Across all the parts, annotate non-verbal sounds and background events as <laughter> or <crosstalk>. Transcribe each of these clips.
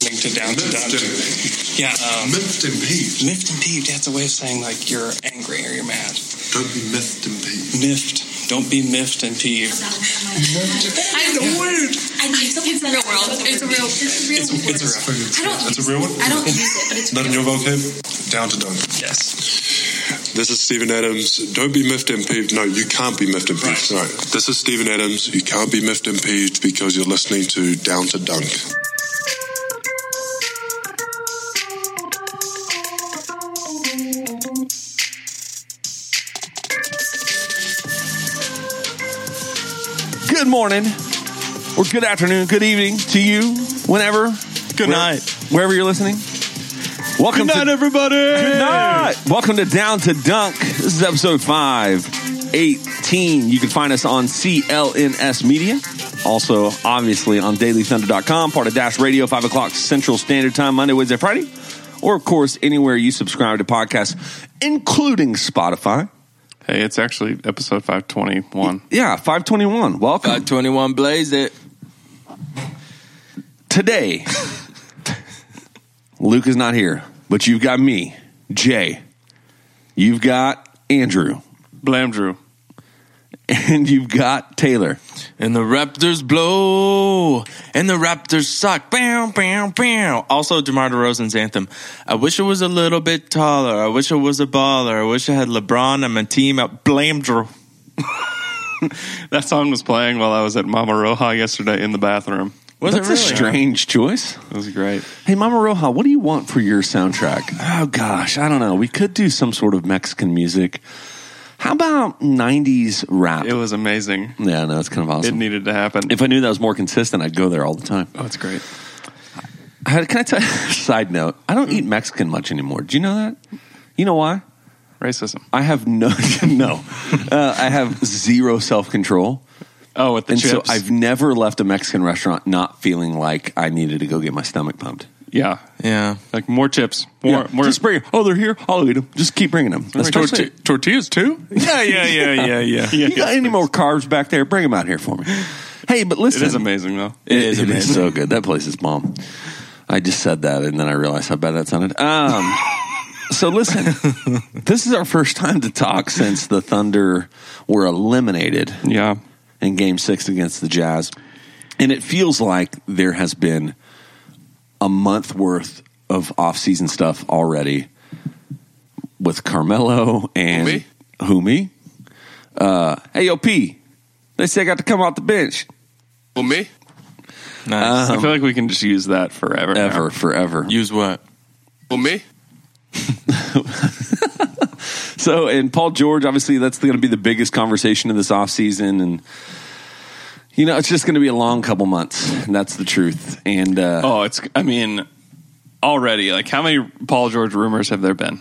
thing to down to down to. Yeah, um, Miffed and peeved. miffed and peeved. That's a way of saying like you're angry or you're mad. Don't be miffed and peeved. Miffed. Don't be miffed and peeved. I The word. I it's a real world. It's a real. It's a real. It's, it's a real. I don't. That's a use real it. one? I don't use it, but it's Not in real. your vocab. Down to done. Yes. This is Stephen Adams. Don't be miffed and peeved. No, you can't be miffed and peeved. Sorry. This is Stephen Adams. You can't be miffed and peeved because you're listening to Down to Dunk. Good morning, or good afternoon, good evening to you, whenever, Good where- night. wherever you're listening. Welcome to everybody. Good night. Welcome to Down to Dunk. This is episode 518. You can find us on CLNS Media. Also, obviously, on dailythunder.com, part of Dash Radio, 5 o'clock Central Standard Time, Monday, Wednesday, Friday. Or, of course, anywhere you subscribe to podcasts, including Spotify. Hey, it's actually episode 521. Yeah, 521. Welcome. 21 blaze it. Today, Luke is not here, but you've got me, Jay. You've got Andrew. Blam Drew. And you've got Taylor. And the Raptors blow. And the Raptors suck. Bam, bam, bam. Also, DeMar DeRozan's anthem. I wish it was a little bit taller. I wish I was a baller. I wish I had LeBron on my team. Out. Blame Drew. That song was playing while I was at Mama Roja yesterday in the bathroom. Was That's it really? a strange choice. It was great. Hey, Mama Roja, what do you want for your soundtrack? Oh, gosh, I don't know. We could do some sort of Mexican music. How about 90s rap? It was amazing. yeah, no, it's kind of It awesome. needed to happen. if I knew that was more consistent, I'd go there all the time. oh, it's great. I- Can I tell you, <laughs> side note, I don't eat Mexican much anymore. Do you know that? You know why? Racism. I have no, <laughs> no, uh, I have zero self control. Oh, with the And chips. so I've never left a Mexican restaurant not feeling like I needed to go get my stomach pumped. yeah. Yeah. Like more chips. More. Yeah, more just bring. Oh, they're here. I'll eat them. Just keep bringing them. Like torti- Especially- tortillas <laughs> too? yeah, yeah, yeah, yeah, yeah. <laughs> Yeah, you got yeah, any more carbs back there? Bring them out here for me. Hey, but It listen, is amazing though. <laughs> It is so good. That place is bomb. I just said that, and then I realized how bad that sounded. Um, so listen, this is our first time to talk since the Thunder were eliminated Yeah. in Game Six against the Jazz, and it feels like there has been a month worth of off-season stuff already with Carmelo and Humi. Uh, hey, yo, P. They say I got to come off the bench Um, Well, me? Nice. I feel like we can just use that forever. now. ever, forever. Use what? Well, me? So, and Paul George, obviously, that's going to be the biggest conversation of this offseason. And, you know, it's just going to be a long couple months. And that's the truth. And, uh, Oh, it's. I mean, already. Like, how many Paul George rumors have there been?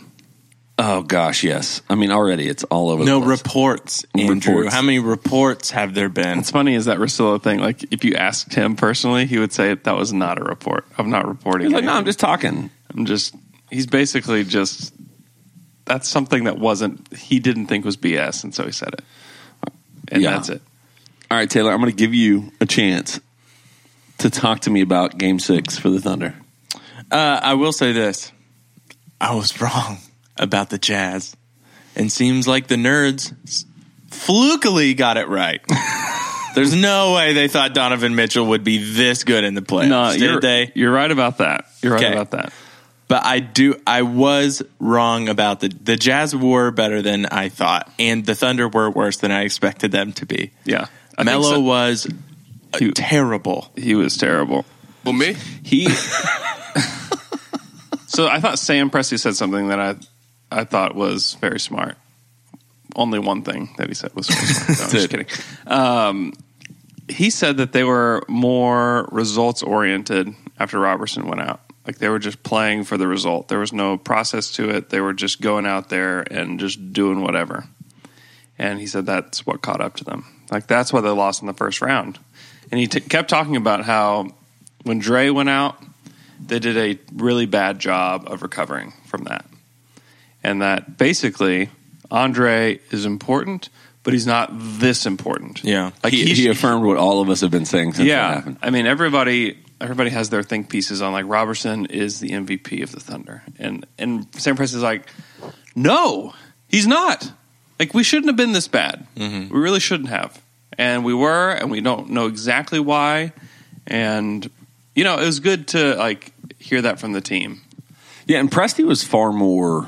oh, gosh, yes. I mean, already it's all over No the place. reports, Andrew. Reports. How many reports have there been? It's funny is that Rosillo thing. Like, if you asked him personally, he would say that was not a report. I'm not reporting. He's like, no, I'm anything. just talking. I'm just. He's basically just. That's something that wasn't. He didn't think was BS, and so he said it. And Yeah. that's it. All right, Taylor, I'm going to give you a chance to talk to me about game six for the Thunder. Uh, I will say this. I was <laughs> wrong about the Jazz. And seems like the nerds s- flukily got <laughs> it right. There's no way they thought Donovan Mitchell would be this good in the playoffs, you're, did they? you're right about that. You're right Okay. about that. But I do. I was wrong about the the Jazz were better than I thought, and the Thunder were worse than I expected them to be. Yeah, I think Melo so. was uh, Dude. terrible. he was terrible. Well, me? He. <laughs> so I thought Sam Presti said something that I, I thought was very smart. Only one thing that he said was very smart. No, I'm just kidding. Um, he said that they were more results oriented after Robertson went out. Like they were just playing for the result. There was no process to it. They were just going out there and just doing whatever. And he said that's what caught up to them. Like that's why they lost in the first round. And he t- kept talking about how when Dre went out, they did a really bad job of recovering from that. And that basically Andre is important, but he's not this important. Yeah. Like He, he, he affirmed what all of us have been saying since that yeah. happened. I mean, everybody everybody has their think pieces on like Robertson is the MVP of the Thunder, and and Sam Press is like, no, he's not. Like we shouldn't have been this bad. Mm-hmm. We really shouldn't have, and we were, and we don't know exactly why. And you know, it was good to like hear that from the team. Yeah, and Presti was far more.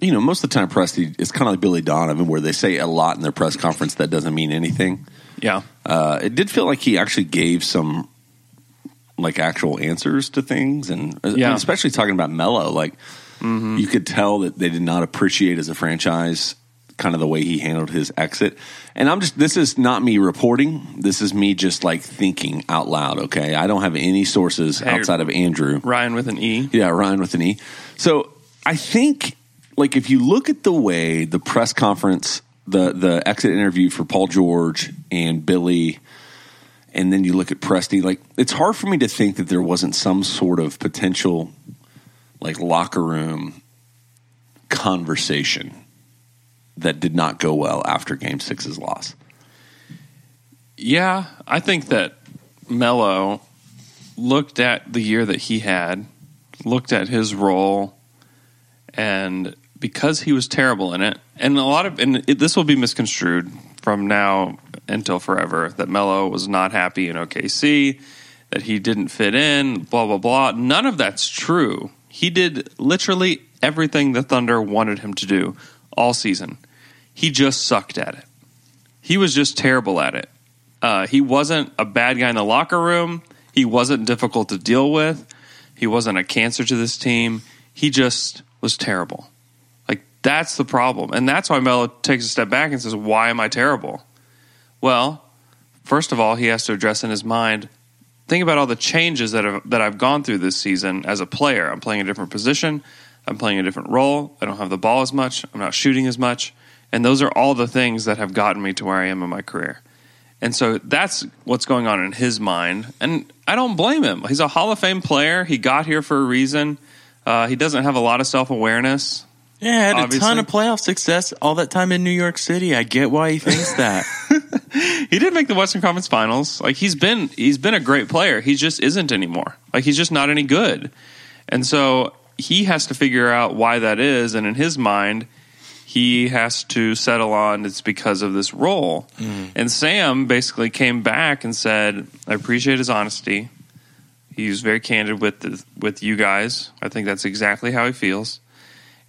You know, most of the time, Presti is kind of like Billy Donovan, where they say a lot in their press conference that doesn't mean anything. Yeah, Uh, it did feel like he actually gave some like actual answers to things, and uh, and Yeah. Mm-hmm. especially talking about Mello, like you could tell that they did not appreciate as a franchise kind of the way he handled his exit. And I'm just this is not me reporting. This is me just like thinking out loud. Okay, I don't have any sources Hey, outside of Andrew. Ryan with an E. Yeah, Ryan with an E. So I think, like, if you look at the way the press conference, the the exit interview for Paul George and Billy, and then you look at Presti, like, it's hard for me to think that there wasn't some sort of potential, like, locker room conversation that did not go well after Game Six's loss. Yeah, I think that Mello looked at the year that he had, looked at his role, and because he was terrible in it, and a lot of, and it, this will be misconstrued from now until forever that Mello was not happy in OKC, that he didn't fit in, blah, blah, blah. None of that's true. He did literally everything the Thunder wanted him to do all season. He just sucked at it. He was just terrible at it. Uh, he wasn't a bad guy in the locker room. He wasn't difficult to deal with. He wasn't a cancer to this team. He just was terrible. Like that's the problem, and that's why Melo takes a step back and says, "Why am I terrible?" Well, first of all, he has to address in his mind. Think about all the changes that have, that I've gone through this season as a player. I'm playing a different position. I'm playing a different role. I don't have the ball as much. I'm not shooting as much. And those are all the things that have gotten me to where I am in my career. And so that's what's going on in his mind. And I don't blame him. He's a Hall of Fame player. He got here for a reason. Uh, he doesn't have a lot of self awareness. Yeah, had Obviously. a ton of playoff success all that time in New York City. I get why he thinks that. He did make the Western Conference Finals. Like he's been he's been a great player. He just isn't anymore. Like he's just not any good. And so he has to figure out why that is. And in his mind, he has to settle on it's because of this role. And Sam basically came back and said, I appreciate his honesty. He's very candid with the, with you guys. I think that's exactly how he feels.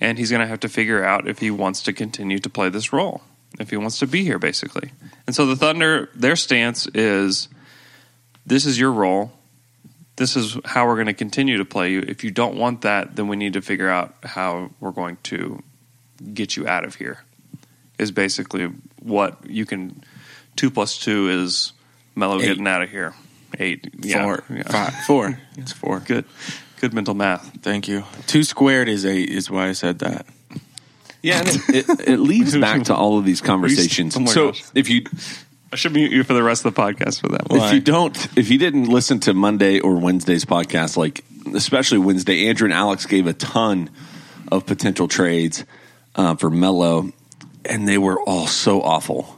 And he's going to have to figure out if he wants to continue to play this role, if he wants to be here, basically. And so the Thunder, their stance is this is your role. This is how we're going to continue to play you. If you don't want that, then we need to figure out how we're going to get you out of here, is basically what you can. Two plus two is Mello Eight. getting out of here. Eight. Yeah. Four, Yeah. five, four. It's four. Good. Good mental math. Thank you. Two squared is eight. Is why I said that. Yeah, and it, it, it leads back to all of these conversations. Oh my so gosh. if you I should mute you for the rest of the podcast for that one. Why? If you don't, if you didn't listen to Monday or Wednesday's podcast, like especially Wednesday, Andrew and Alex gave a ton of potential trades uh, for Mello, and they were all so awful.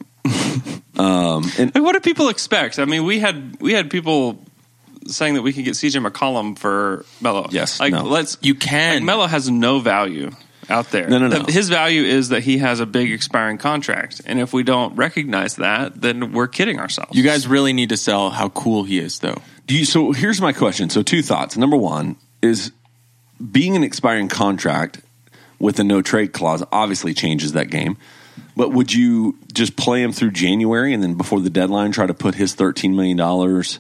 um, and Like, what do people expect? I mean, we had we had people saying that we could get CJ McCollum for Melo. Yes, like no. let's. You can. Like, Melo has no value out there. No, no, no. The- His value is that he has a big expiring contract, and if we don't recognize that, then we're kidding ourselves. You guys really need to sell how cool he is, though. do you, so here's my question. So two thoughts. Number one is being an expiring contract with a no trade clause obviously changes that game. But would you just play him through January and then before the deadline try to put his thirteen million dollars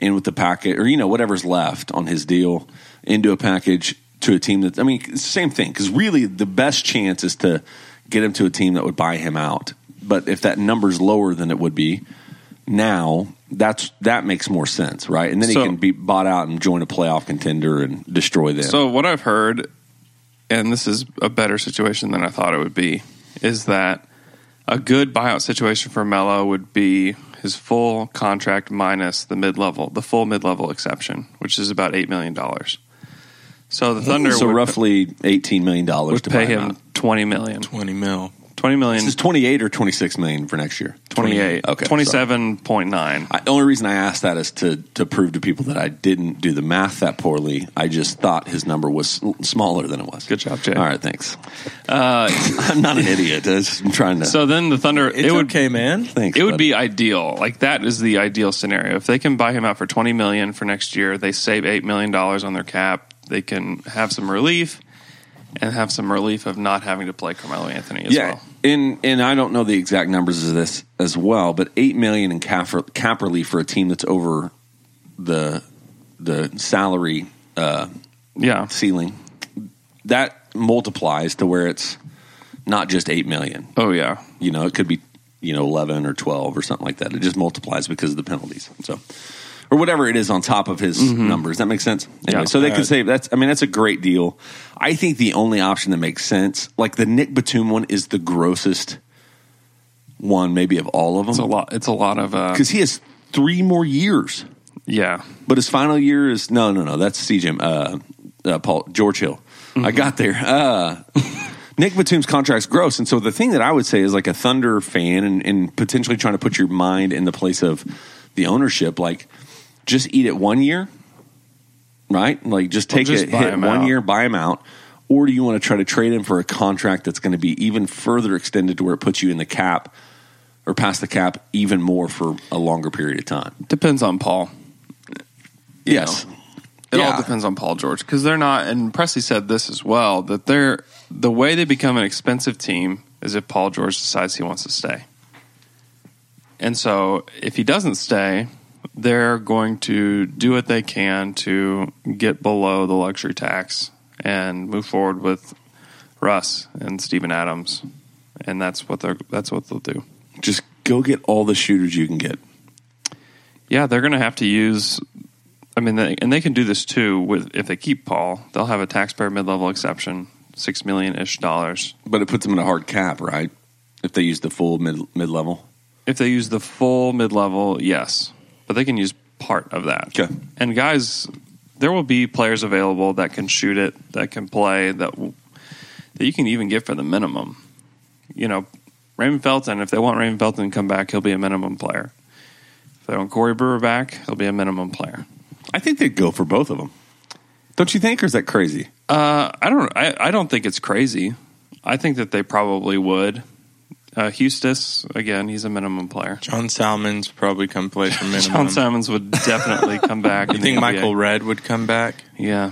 in with the packet or you know whatever's left on his deal into a package to a team that I mean it's the same thing because really the best chance is to get him to a team that would buy him out. But if that number's lower than it would be now, that's that makes more sense, right? And then So- he can be bought out and join a playoff contender and destroy them. So what I've heard, and this is a better situation than I thought it would be, is that a good buyout situation for Melo would be his full contract minus the mid level, the full mid level exception, which is about eight million dollars. So the Thunder so would, roughly eighteen million dollars would to pay buy him. him twenty million. Twenty mil. 20 million, This is 28 or 26 million for next year. 28, Okay. sorry. 27.9. I, the only reason I asked that is to to prove to people that I didn't do the math that poorly. I just thought his number was s- smaller than it was. Good job, Jay. Uh, All right, thanks. <laughs> I'm not an idiot. I just- I'm trying to. So then the Thunder, It's it would okay, man. thanks, it would buddy. be ideal. Like that is the ideal scenario. If they can buy him out for 20 million for next year, they save 8 million dollars on their cap. They can have some relief and have some relief of not having to play Carmelo Anthony as yeah. well. And and I don't know the exact numbers of this as well, but eight million in cap cap relief for a team that's over the the salary uh, Yeah. ceiling that multiplies to where it's not just eight million. Oh yeah. you know, it could be, you know, 11 or 12 or something like that. It just multiplies because of the penalties. So, or whatever it is on top of his numbers. That makes sense. Anyway, Mm-hmm. Yeah. so they could Alright. save that's, I mean, that's a great deal. I think the only option that makes sense, like the Nick Batum one is the grossest one, maybe of all of It's a them. lot it's a lot of uh Because he has three more years, yeah. but his final year is, no, no, no, that's CJ, uh, uh, Paul, George Hill. I Mm-hmm. got there. <laughs> Uh, Nick Batum's contract's gross. And so the thing that I would say is like a Thunder fan and, and potentially trying to put your mind in the place of the ownership, like just eat it one year, right? Like just take just it, buy hit him one out. year, buy him out. Or do you want to try to trade him for a contract that's going to be even further extended to where it puts you in the cap or past the cap even more for a longer period of time? Depends on Paul. You Yes. know, It Yeah. all depends on Paul George because they're not. And Presley said this as well that they're the way they become an expensive team is if Paul George decides he wants to stay. And so if he doesn't stay, they're going to do what they can to get below the luxury tax and move forward with Russ and Steven Adams. And that's what they're that's what they'll do. Just go get all the shooters you can get. Yeah, they're going to have to use. I mean, they, and they can do this too with if they keep Paul, they'll have a taxpayer mid-level exception, six million ish dollars. But it puts them in a hard cap, right? If they use the full mid mid level. If they use the full mid-level, yes, but they can use part of that. Okay. And guys, there will be players available that can shoot it, that can play, that w- that you can even get for the minimum. You know, Raymond Felton. If they want Raymond Felton to come back, he'll be a minimum player. If they want Corey Brewer back, he'll be a minimum player. I think they'd go for both of them. Don't you think, or is that crazy? Uh, I don't. I, I don't think it's crazy. I think that they probably would. Uh, Hustis again. He's a minimum player. John Salmon's probably come play <laughs> for minimum. John Simons would <laughs> definitely come back. You in the think NBA. Michael Red would come back? Yeah,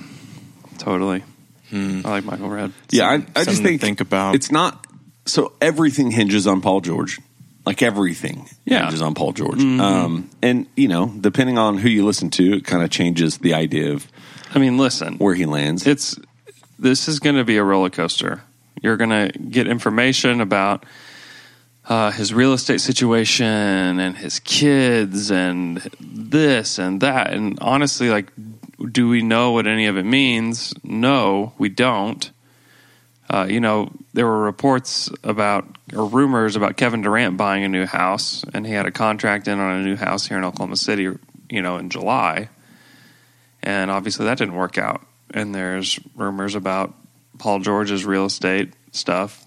totally. Hmm. I like Michael Red. Yeah, I, I Something just to think, think about. It's not so everything hinges on Paul George. Like everything Yeah. hinges on Paul George. Um, and you know, depending on who you listen to, it kind of changes the idea of I mean, listen. where he lands. it's this is going to be a roller coaster. You're going to get information about uh, his real estate situation and his kids and this and that. And honestly, like, do we know what any of it means? No, we don't. Uh, you know, there were reports about or rumors about Kevin Durant buying a new house, and he had a contract in on a new house here in Oklahoma City, you know, in July. And obviously that didn't work out. And there's rumors about Paul George's real estate stuff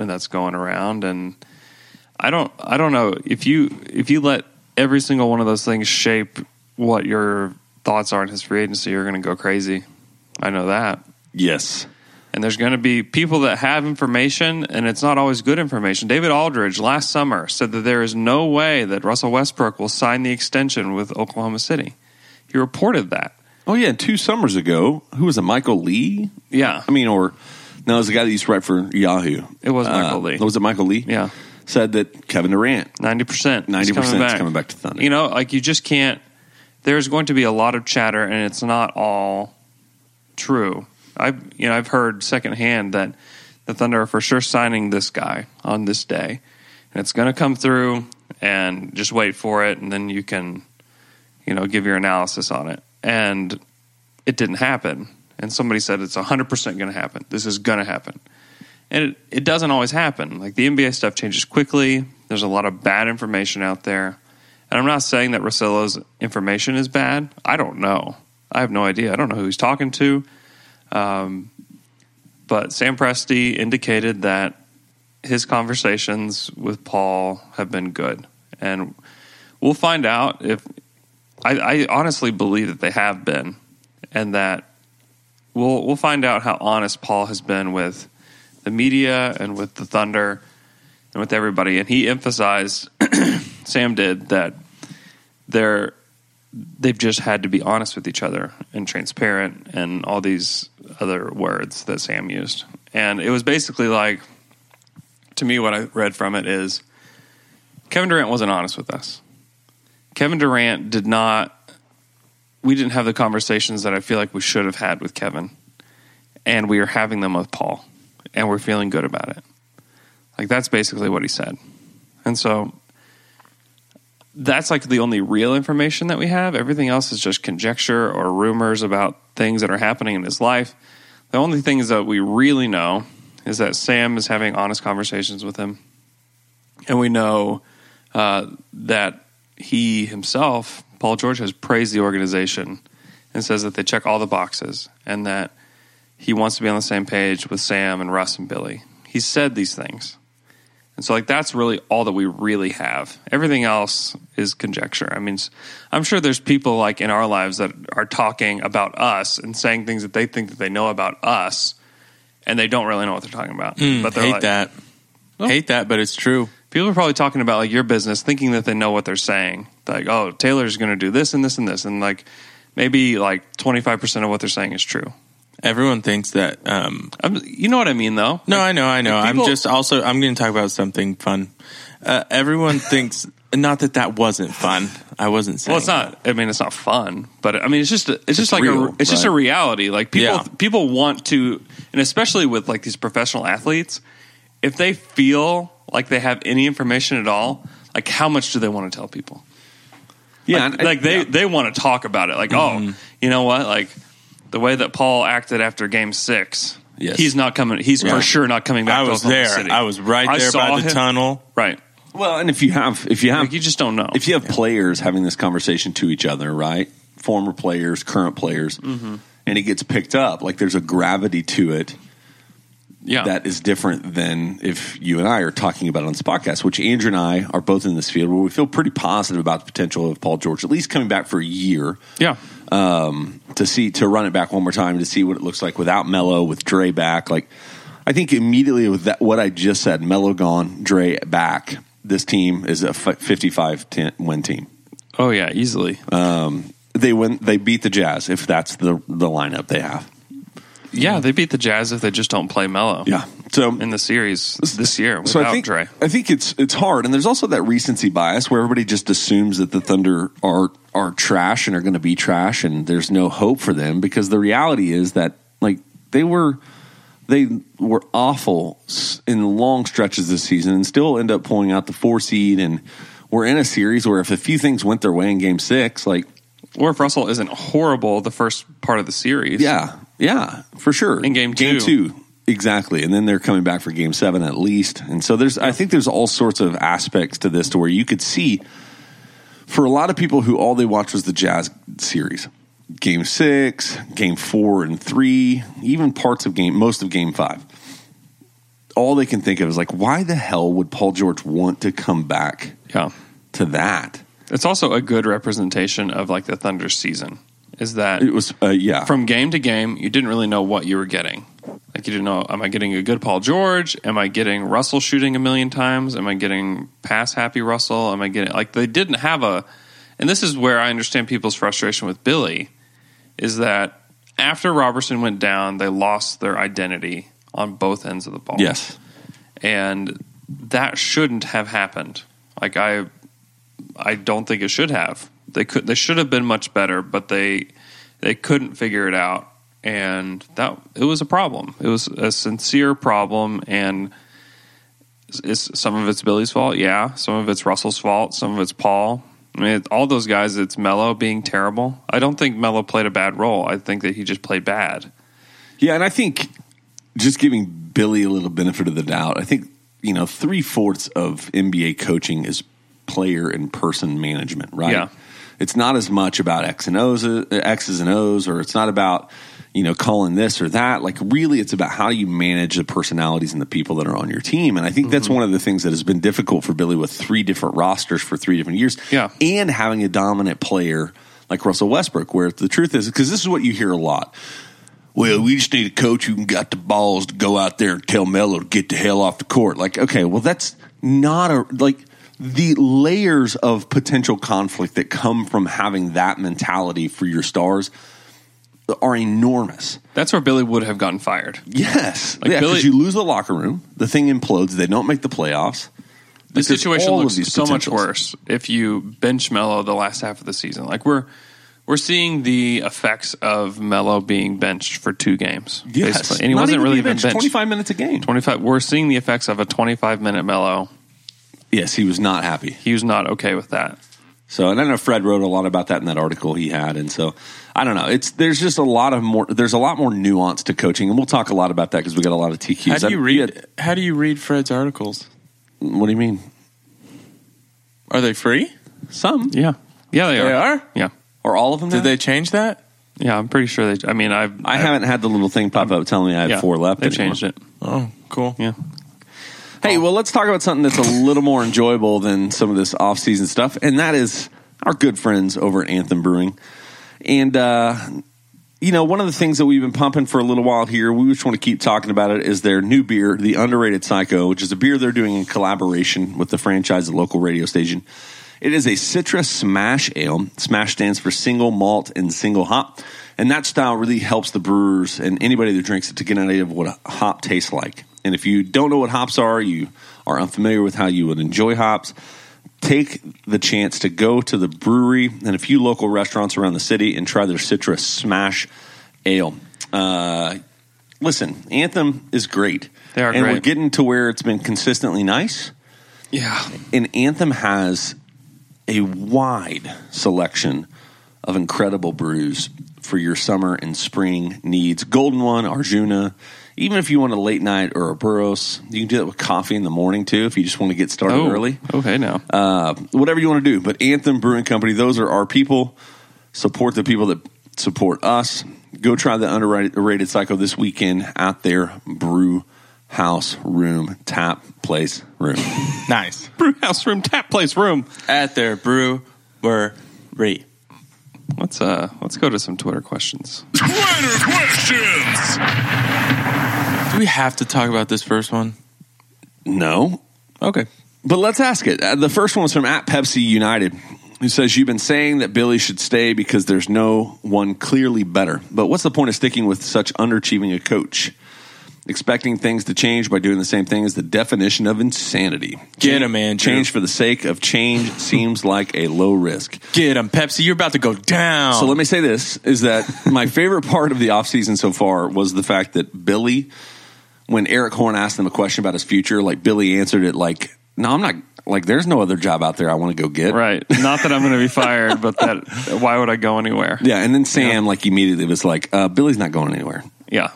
and that's going around and I don't I don't know if you if you let every single one of those things shape what your thoughts are in his free agency, you're going to go crazy. I know that. yes, And there's going to be people that have information, and it's not always good information. David Aldridge last summer said that there is no way that Russell Westbrook will sign the extension with Oklahoma City. He reported that. oh yeah. Two summers ago, who was it? Michael Lee. Yeah. I mean, or no, it was the guy that used to write for Yahoo. Uh, It was Michael Lee. Was it Michael Lee? Yeah. said that Kevin Durant Ninety percent. 90% is coming back to Thunder. You know, like you just can't. There's going to be a lot of chatter, and it's not all true. I've you know I've heard secondhand that the Thunder are for sure signing this guy on this day, and it's going to come through. And just wait for it, and then you can, you know, give your analysis on it. And it didn't happen. And somebody said it's 100% going to happen. This is going to happen. And it, it doesn't always happen. Like the NBA stuff changes quickly. There's a lot of bad information out there. And I'm not saying that Rossillo's information is bad. I don't know. I have no idea. I don't know who he's talking to. Um, but Sam Presti indicated that his conversations with Paul have been good, and we'll find out if I, I honestly believe that they have been, and that we'll we'll find out how honest Paul has been with the media and with the Thunder and with everybody. And he emphasized, <clears throat> Sam did that they're they've just had to be honest with each other and transparent and all these other words that Sam used. And it was basically like to me what I read from it is Kevin Durant wasn't honest with us. Kevin Durant did not we didn't have the conversations that I feel like we should have had with Kevin. And we are having them with Paul. And we're feeling good about it. Like that's basically what he said. And so that's like the only real information that we have. Everything else is just conjecture or rumors about things that are happening in his life. The only things that we really know is that Sam is having honest conversations with him. And we know uh, that he himself, Paul George, has praised the organization and says that they check all the boxes and that he wants to be on the same page with Sam and Russ and Billy. He said these things. And so, like, that's really all that we really have. Everything else is conjecture. I mean, s- I'm sure there's people like in our lives that are talking about us and saying things that they think that they know about us, and they don't really know what they're talking about. but they're Hmm, hate like, that. Hate that, but it's true. people are probably talking about like your business, thinking that they know what they're saying. Like, oh, Taylor's going to do this and this and this, and like maybe like 25 percent of what they're saying is true. Everyone thinks that. Um, I'm, you know what I mean, though. no, I know, I know. Like, people- I'm just also. I'm going to talk about something fun. Uh, <laughs> everyone thinks. Not that that wasn't fun. I wasn't saying. Well, it's not. I mean, it's not fun, but I mean, it's just it's, just like a, real, it's just right? a reality. Like people Yeah. people want to, and especially with like these professional athletes, if they feel like they have any information at all, like how much do they want to tell people? Yeah, like, like they they want to talk about it. Like, oh, you know what? Like the way that Paul acted after Game Six, Yes. he's not coming. He's Yeah. for sure not coming back. I to was Oklahoma there. City. I was right I there saw by the him. tunnel. Right. well, and if you have if you have Like you just don't know. if you have players having this conversation to each other, right? Former players, current players, Mm-hmm. and it gets picked up. Like there's a gravity to it yeah. that is different than if you and I are talking about it on this podcast, which Andrew and I are both in this field where we feel pretty positive about the potential of Paul George, at least coming back for a year yeah. um, to see to run it back one more time to see what it looks like without Mello with Dre back. Like I think immediately with that what I just said, Mello gone, Dre back. This team is a f- 55 ten- win team. Oh yeah. Easily. They win. They beat the Jazz if that's the the lineup they have. Yeah, they beat the Jazz if they just don't play Mello. So in the series this year without so I think Dre. I think it's it's hard, and there's also that recency bias where everybody just assumes that the Thunder are are trash and are going to be trash, and there's no hope for them because the reality is that like they were they were awful s- in long stretches this season, and still end up pulling out the four seed, and we're in a series where if a few things went their way in Game Six, like Or if Russell isn't horrible the first part of the series, Yeah, yeah, for sure. In game two. game two, exactly. And then they're coming back for game seven at least. And so there's, I think there's all sorts of aspects to this to where you could see for a lot of people who all they watched was the Jazz series, game six, game four and three, even parts of game, most of game five. All they can think of is like, why the hell would Paul George want to come back yeah. to that? It's also a good representation of like the Thunder season. Is that It was, uh, yeah, from game to game you didn't really know what you were getting. Like you didn't know, am I getting a good Paul George? Am I getting Russell shooting a million times? Am I getting pass happy Russell? Am I getting like they didn't have a and this is where I understand people's frustration with Billy is that after Robertson went down, they lost their identity on both ends of the ball. yes, and that shouldn't have happened. Like I, I don't think it should have. They could, they should have been much better, but they, they couldn't figure it out, and that it was a problem. It was a sincere problem, and is some of it's Billy's fault, yeah. Some of it's Russell's fault. Some of it's Paul. I mean, it, all those guys. It's Mello being terrible. I don't think Mello played a bad role. I think that he just played bad. Yeah, and I think just giving Billy a little benefit of the doubt, I think, you know, three fourths of NBA coaching is player and person management, right? Yeah. It's not as much about X and O's, uh, X's and O's, or it's not about, you know, calling this or that. Like, really, it's about how do you manage the personalities and the people that are on your team. And I think Mm-hmm. that's one of the things that has been difficult for Billy with three different rosters for three different years. Yeah. And having a dominant player like Russell Westbrook, where the truth is, because this is what you hear a lot. Well, we just need a coach who got the balls to go out there and tell Melo to get the hell off the court. Like, okay, well, that's not a like the layers of potential conflict that come from having that mentality for your stars are enormous. That's where Billy would have gotten fired. Yes, Like yeah, Billy- 'cause you lose the locker room, the thing implodes. They don't make the playoffs. The Like, there's situation all of looks these so much potentials. worse if you bench Mello the last half of the season. Like we're we're seeing the effects of Mello being benched for two games, Yes, basically, and he Not wasn't even really being even benched. benched. Twenty-five minutes a game. 25 we're seeing the effects of a 25 minute mellow Yes, he was not happy. he was not okay with that So, and I know Fred wrote a lot about that in that article he had, and so I don't know. It's there's just a lot of more. There's a lot more nuance to coaching, and we'll talk a lot about that because we got a lot of TQs. How do you I- read? How do you read Fred's articles? What do you mean? Are they free? Some yeah yeah they, They are? yeah or all of them? Did now? they change that? yeah i'm pretty sure they i mean i've I haven't had the little thing pop up telling me I had yeah, four left. they anymore. changed it Oh, cool. yeah Hey, well, let's talk about something that's a little more enjoyable than some of this off-season stuff, and that is our good friends over at Anthem Brewing. And uh, you know, one of the things that we've been pumping for a little while here, we just want to keep talking about it, is their new beer, the Underrated Psycho, which is a beer they're doing in collaboration with the franchise at local radio station. It is a citrus smash ale. Smash stands for single malt and single hop. And that style really helps the brewers and anybody that drinks it to get an idea of what a hop tastes like. And if you don't know what hops are, you are unfamiliar with how you would enjoy hops, take the chance to go to the brewery and a few local restaurants around the city and try their citrus smash ale. Uh, listen, Anthem is great. They are and we're great. getting to where it's been consistently nice. yeah And Anthem has a wide selection of incredible brews for your summer and spring needs. Golden One, Arjuna. Even if you want a late night or a burros, you can do that with coffee in the morning too. If you just want to get started oh early, okay now uh, whatever you want to do. But Anthem Brewing Company, those are our people. Support the people that support us. Go try the underrated psycho this weekend at their brew house room tap place room. Nice. brew <laughs> house room tap place room At their brewery. let's uh let's go to some twitter questions Do we have to talk about this first one? no, Okay. But let's ask it. Uh, The first one was from at Pepsi United, who says you've been saying that Billy should stay because there's no one clearly better. But what's the point of sticking with such underachieving a coach? Expecting things to change by doing the same thing is the definition of insanity. Get 'em, Andrew. Change for the sake of change seems like a low risk. Get him, Pepsi. You're about to go down. So let me say this is that my favorite part of the offseason so far was the fact that Billy, when Eric Horn asked him a question about his future, like Billy answered it like, no, I'm not, like, there's no other job out there I want to go get. <laughs> right not that i'm gonna be fired but that why would i go anywhere Yeah. And then Sam, like, immediately was like, uh, Billy's not going anywhere. yeah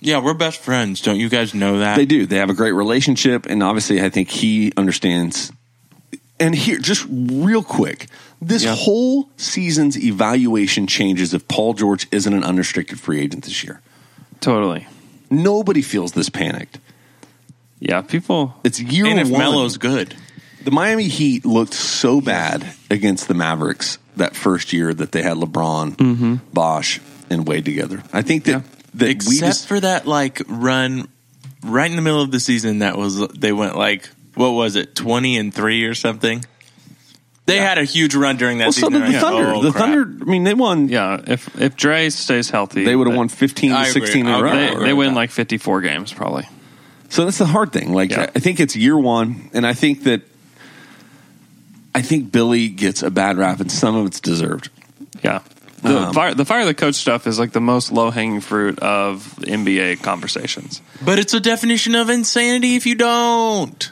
yeah, we're best friends. Don't you guys know that? They do. They have a great relationship. And obviously, I think he understands. And here, just real quick, this Yeah. whole season's evaluation changes if Paul George isn't an unrestricted free agent this year. totally Nobody feels this panicked. yeah people It's year And if one. Melo's good, The Miami Heat looked so bad against the Mavericks that first year that they had LeBron, Bosch, and Wade together. I think that, that except we just for that like run right in the middle of the season, that was they went like what was it, twenty and three or something? They had a huge run during that well, so season. did the Yeah. Thunder. Oh, the crap. Thunder. I mean, they won. yeah if if Dre stays healthy They would have that- won fifteen to I agree. sixteen in I a row. agree. They, Right, they right, win right. like 54 games probably. So that's the hard thing. Like Yeah. I think it's year one, and I think that I think Billy gets a bad rap, and some of it's deserved. Yeah. The Um, fire the fire the coach stuff is like the most low hanging fruit of NBA conversations. But it's a definition of insanity if you don't.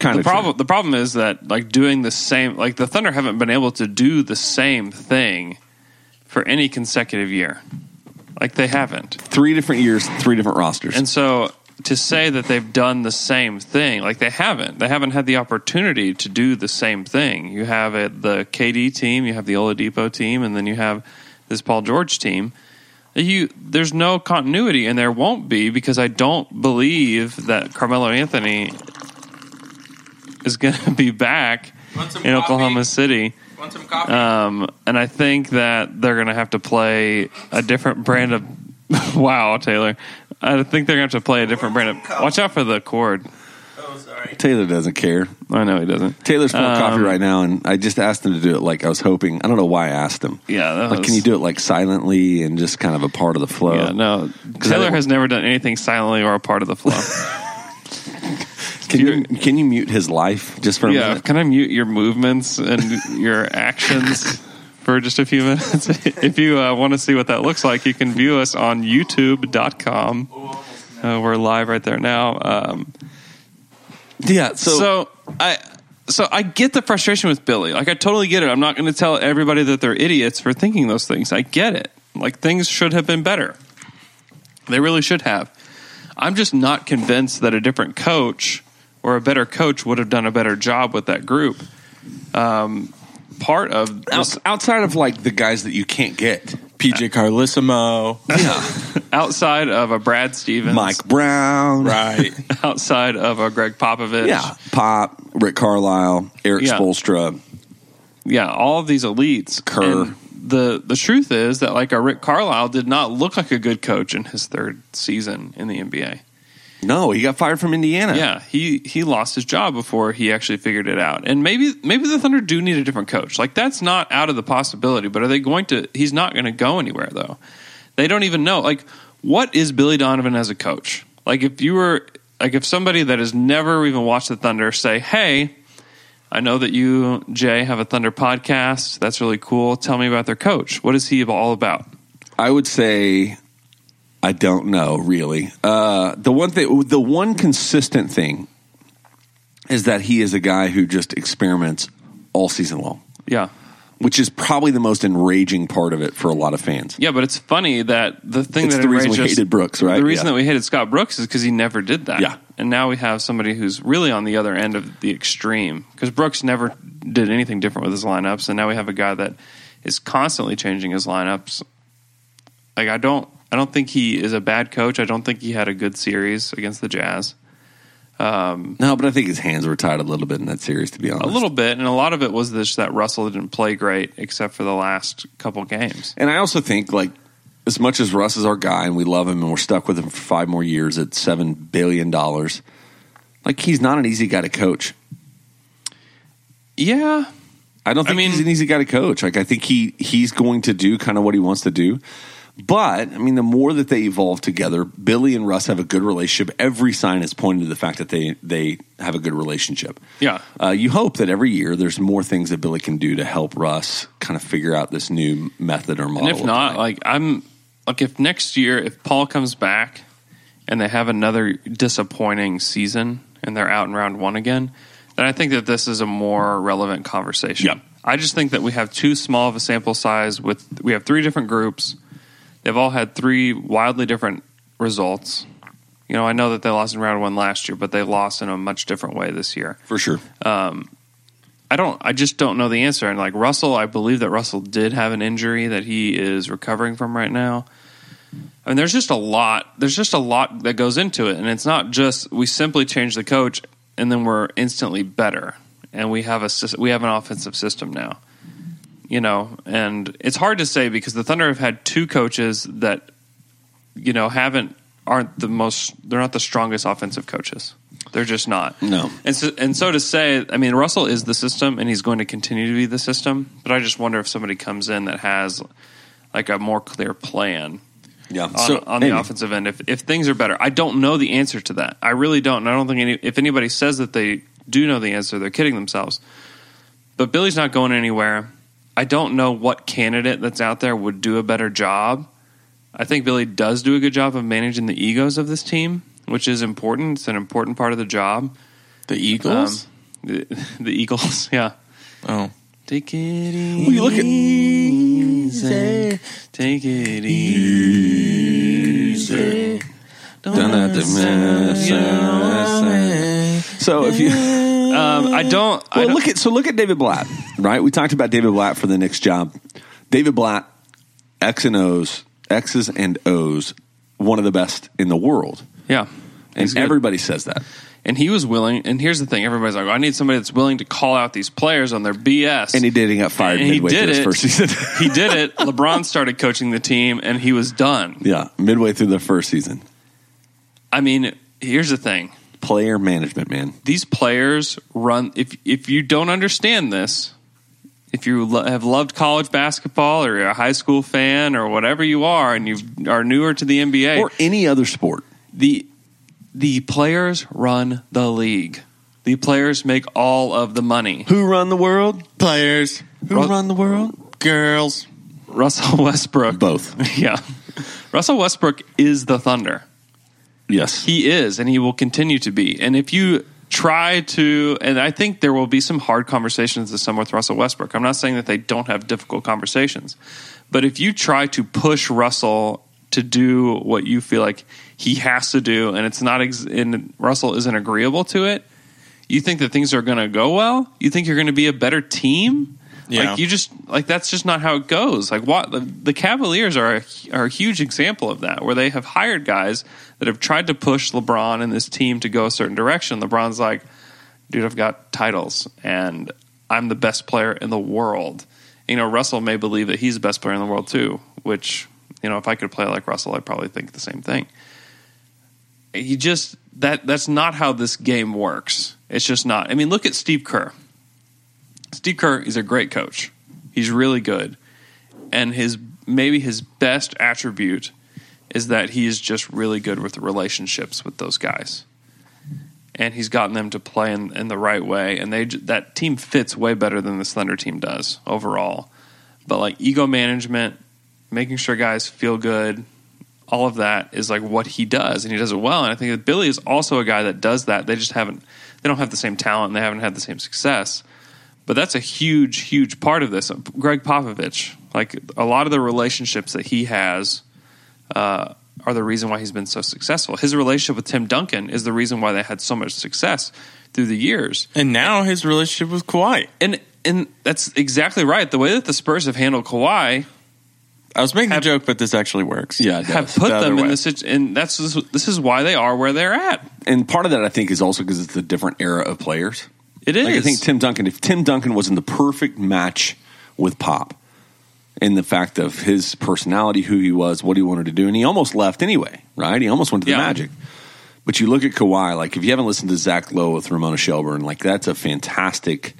Kind The of true. problem the problem is that like doing the same like the Thunder haven't been able to do the same thing for any consecutive year. Like they haven't. Three different years, three different rosters. And so to say that they've done the same thing, like they haven't. They haven't had the opportunity to do the same thing. You have it, the KD team, you have the Oladipo team, and then you have this Paul George team. You, there's no continuity, and there won't be because I don't believe that Carmelo Anthony is going to <laughs> be back Want some in Oklahoma coffee? City. Want some coffee? Um, and I think that they're going to have to play a different brand of. <laughs> wow, Taylor. I think they're going to have to play a different brand of. Watch out for the cord. oh, sorry. Taylor doesn't care. I know he doesn't. Taylor's pouring Um, coffee right now, and I just asked him to do it like I was hoping. I don't know why I asked him. Yeah. That Like, was- can you do it like silently and just kind of a part of the flow? Yeah, no. I Taylor don't- has never done anything silently or a part of <laughs> the flow. Can you can you mute his life just for a yeah, minute? can I mute your movements and your actions <laughs> for just a few minutes? <laughs> if you uh, want to see what that looks like, you can view us on YouTube.com. Uh, we're live right there now. Um, Yeah. So, so, I so I get the frustration with Billy. Like I totally get it. I'm not going to tell everybody that they're idiots for thinking those things. I get it. Like things should have been better. They really should have. I'm just not convinced that a different coach or a better coach would have done a better job with that group. Um, part of out- outside of like the guys that you can't get, PJ Carlissimo. outside of a Brad Stevens, Mike Brown, right. <laughs> outside of a Greg Popovich, yeah, Pop, Rick Carlisle, Eric Yeah. Spoelstra. yeah, all of these elites. Kerr. And the the truth is that like a Rick Carlisle did not look like a good coach in his third season in the NBA. No, he got fired from <laughs> Indiana. Yeah, he he lost his job before he actually figured it out. And maybe maybe the Thunder do need a different coach. Like that's not out of the possibility. But are they going to? He's not going to go anywhere though. They don't even know. Like what is Billy Donovan as a coach? Like if you were like if somebody that has never even watched the Thunder say, hey. I know that you, Jay, have a Thunder podcast. That's really cool. Tell me about their coach. What is he all about? I would say I don't know really. Uh, the one thing, the one consistent thing, is that he is a guy who just experiments all season long, Yeah. which is probably the most enraging part of it for a lot of fans. Yeah, but it's funny that the thing It's that the reason we enraged us- hated Brooks, right? The reason Yeah. that we hated Scott Brooks is because he never did that. Yeah. and now we have somebody who's really on the other end of the extreme because Brooks never did anything different with his lineups, and now we have a guy that is constantly changing his lineups. Like I don't, I don't think he is a bad coach. I don't think he had a good series against the Jazz. Um, No, but I think his hands were tied a little bit in that series, to be honest. A little bit, and a lot of it was this that Russell didn't play great except for the last couple games. And I also think like as much as Russ is our guy and we love him and we're stuck with him for five more years at seven billion dollars, like he's not an easy guy to coach. Yeah, I don't think mean- he's an easy guy to coach. Like I think he he's going to do kind of what he wants to do. But I mean, the more that they evolve together, Billy and Russ have a good relationship. Every sign is pointing to the fact that they they have a good relationship. yeah. Uh, you hope that every year there's more things that Billy can do to help Russ kind of figure out this new method or model. And if of not, playing. like I'm like if next year if Paul comes back and they have another disappointing season and they're out in round one again, then I think that this is a more relevant conversation. Yeah. I just think that we have too small of a sample size with we have three different groups. They've all had three wildly different results. You know, I know that they lost in round one last year, but they lost in a much different way this year. for sure. Um, I don't. I just don't know the answer. And like Russell, I believe that Russell did have an injury that he is recovering from right now. I mean, there's just a lot. There's just a lot that goes into it, and it's not just we simply change the coach and then we're instantly better, and we have a sys- we have an offensive system now. You know, and it's hard to say because the Thunder have had two coaches that you know haven't aren't the most. They're not the strongest offensive coaches. They're just not. No. And so, and so to say, I mean, Russell is the system, and he's going to continue to be the system. But I just wonder if somebody comes in that has like a more clear plan Yeah. on, on the offensive end if, if things are better. I don't know the answer to that. I really don't. And I don't think any, if anybody says that they do know the answer, they're kidding themselves. But Billy's not going anywhere. I don't know what candidate that's out there would do a better job. I think Billy does do a good job of managing the egos of this team, which is important. It's an important part of the job. <laughs> The Eagles? Um, the, <laughs> the Eagles, <laughs> yeah. oh. Take it Well, you look at- easy. Take it easy. Don't Don't have to mess So if you Um, I don't. I well don't- look at so look at David Blatt, right? We talked about David Blatt for the next job. David Blatt X and O's, X's and O's, one of the best in the world. Yeah. And He's good. everybody says that. and he was willing. And here's the thing: everybody's like, "Oh, "I need somebody that's willing to call out these players on their BS." And he did. He got fired And he midway did through his it. first season. He did it. <laughs> LeBron started coaching the team, and he was done. <laughs> yeah, midway through the first season. I mean, here's the thing: Player management, man. these players run. If if you don't understand this, if you lo- have loved college basketball or you're a high school fan or whatever you are, and you are newer to the NBA, Or any other sport. the the players run the league. The players make all of the money. Who run the world? Players, Who Ru- run the world? girls. Russell <laughs> Westbrook. Both. Yeah. Russell Westbrook is the Thunder. Yes. He is, and he will continue to be. And if you try to, and I think there will be some hard conversations this summer with Russell Westbrook. I'm not saying that they don't have difficult conversations, but if you try to push Russell to do what you feel like he has to do, and it's not, ex- and Russell isn't agreeable to it, you think that things are going to go well. You think you're going to be a better team. Yeah. Like you just like that's just not how it goes. Like what the, the Cavaliers are a, are a huge example of that, where they have hired guys that have tried to push LeBron and this team to go a certain direction. LeBron's like, dude, I've got titles and I'm the best player in the world. You know, Russell may believe that he's the best player in the world too, which you know, if I could play like Russell, I'd probably think the same thing you just that that's not how this game works. It's just not. I mean, look at Steve Kerr. Steve Kerr is a great coach. He's really good. And his maybe his best attribute is that he is just really good with relationships with those guys. And he's gotten them to play in, in the right way and they j- that team fits way better than the Slender team does overall. But like ego management, making sure guys feel good, all of that is like what he does, and he does it well. And I think that Billy is also a guy that does that. They just haven't, they don't have the same talent, and they haven't had the same success. But that's a huge, huge part of this. Greg Popovich, like a lot of the relationships that he has, uh, are the reason why he's been so successful. His relationship with Tim Duncan is the reason why they had so much success through the years And now his relationship with Kawhi. and and that's exactly right. The way that the Spurs have handled Kawhi I was making Have- a joke, but this actually works. Yeah. have put the other them in way. this, situ- and that's this is why they are where they're at. And part of that, I think, is also because it's a different era of players. It is. Like, I think Tim Duncan, if Tim Duncan was in the perfect match with Pop in the fact of his personality, who he was, what he wanted to do, and he almost left anyway, right? He almost went to Yeah. the Magic. But you look at Kawhi, like if you haven't listened to Zach Lowe with Ramona Shelburne, like that's a fantastic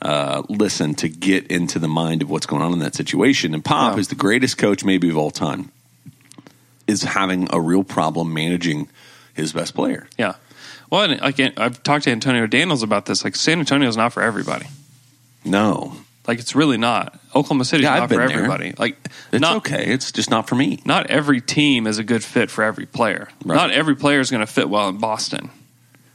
uh, listen to get into the mind of what's going on in that situation. And Pop Yeah. is the greatest coach maybe of all time, is having a real problem managing his best player. Yeah. Well, and like I've talked to Antonio Daniels about this. Like San Antonio's not for everybody. No, Like it's really not. Oklahoma City's Yeah, I've not for been there. everybody. Like it's not okay. It's just not for me. not every team is a good fit for every player. Right. Not every player is going to fit well in Boston.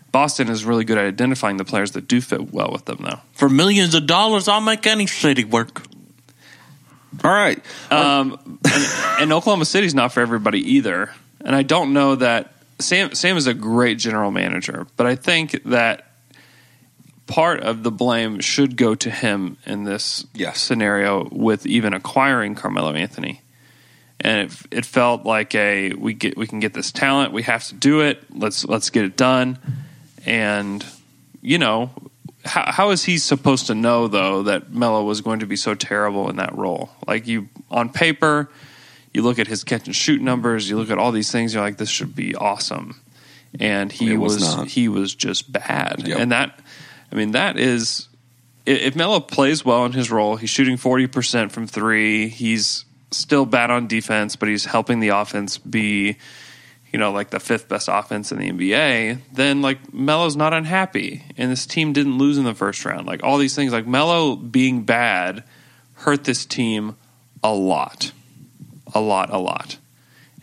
Boston is really good at identifying the players that do fit well with them, though. For millions of dollars, I'll make any city work. All right. Um, and, and Oklahoma City's not for everybody either. And I don't know that Sam Sam is a great general manager, but I think that part of the blame should go to him in this Yes. scenario with even acquiring Carmelo Anthony. And it, it felt like a we get we can get this talent, we have to do it. Let's let's get it done. And you know, how, how is he supposed to know though that Melo was going to be so terrible in that role? Like you on paper, you look at his catch and shoot numbers, you look at all these things, you're like, this should be awesome, and he It was was, not. he was just bad, Yep. and that, I mean, that is. i- If Melo plays well in his role, he's shooting forty percent from three. He's still bad on defense, but he's helping the offense be you know, like the fifth best offense in the NBA, then like Melo's not unhappy and this team didn't lose in the first round. Like all these things, like Melo being bad hurt this team a lot, a lot, a lot.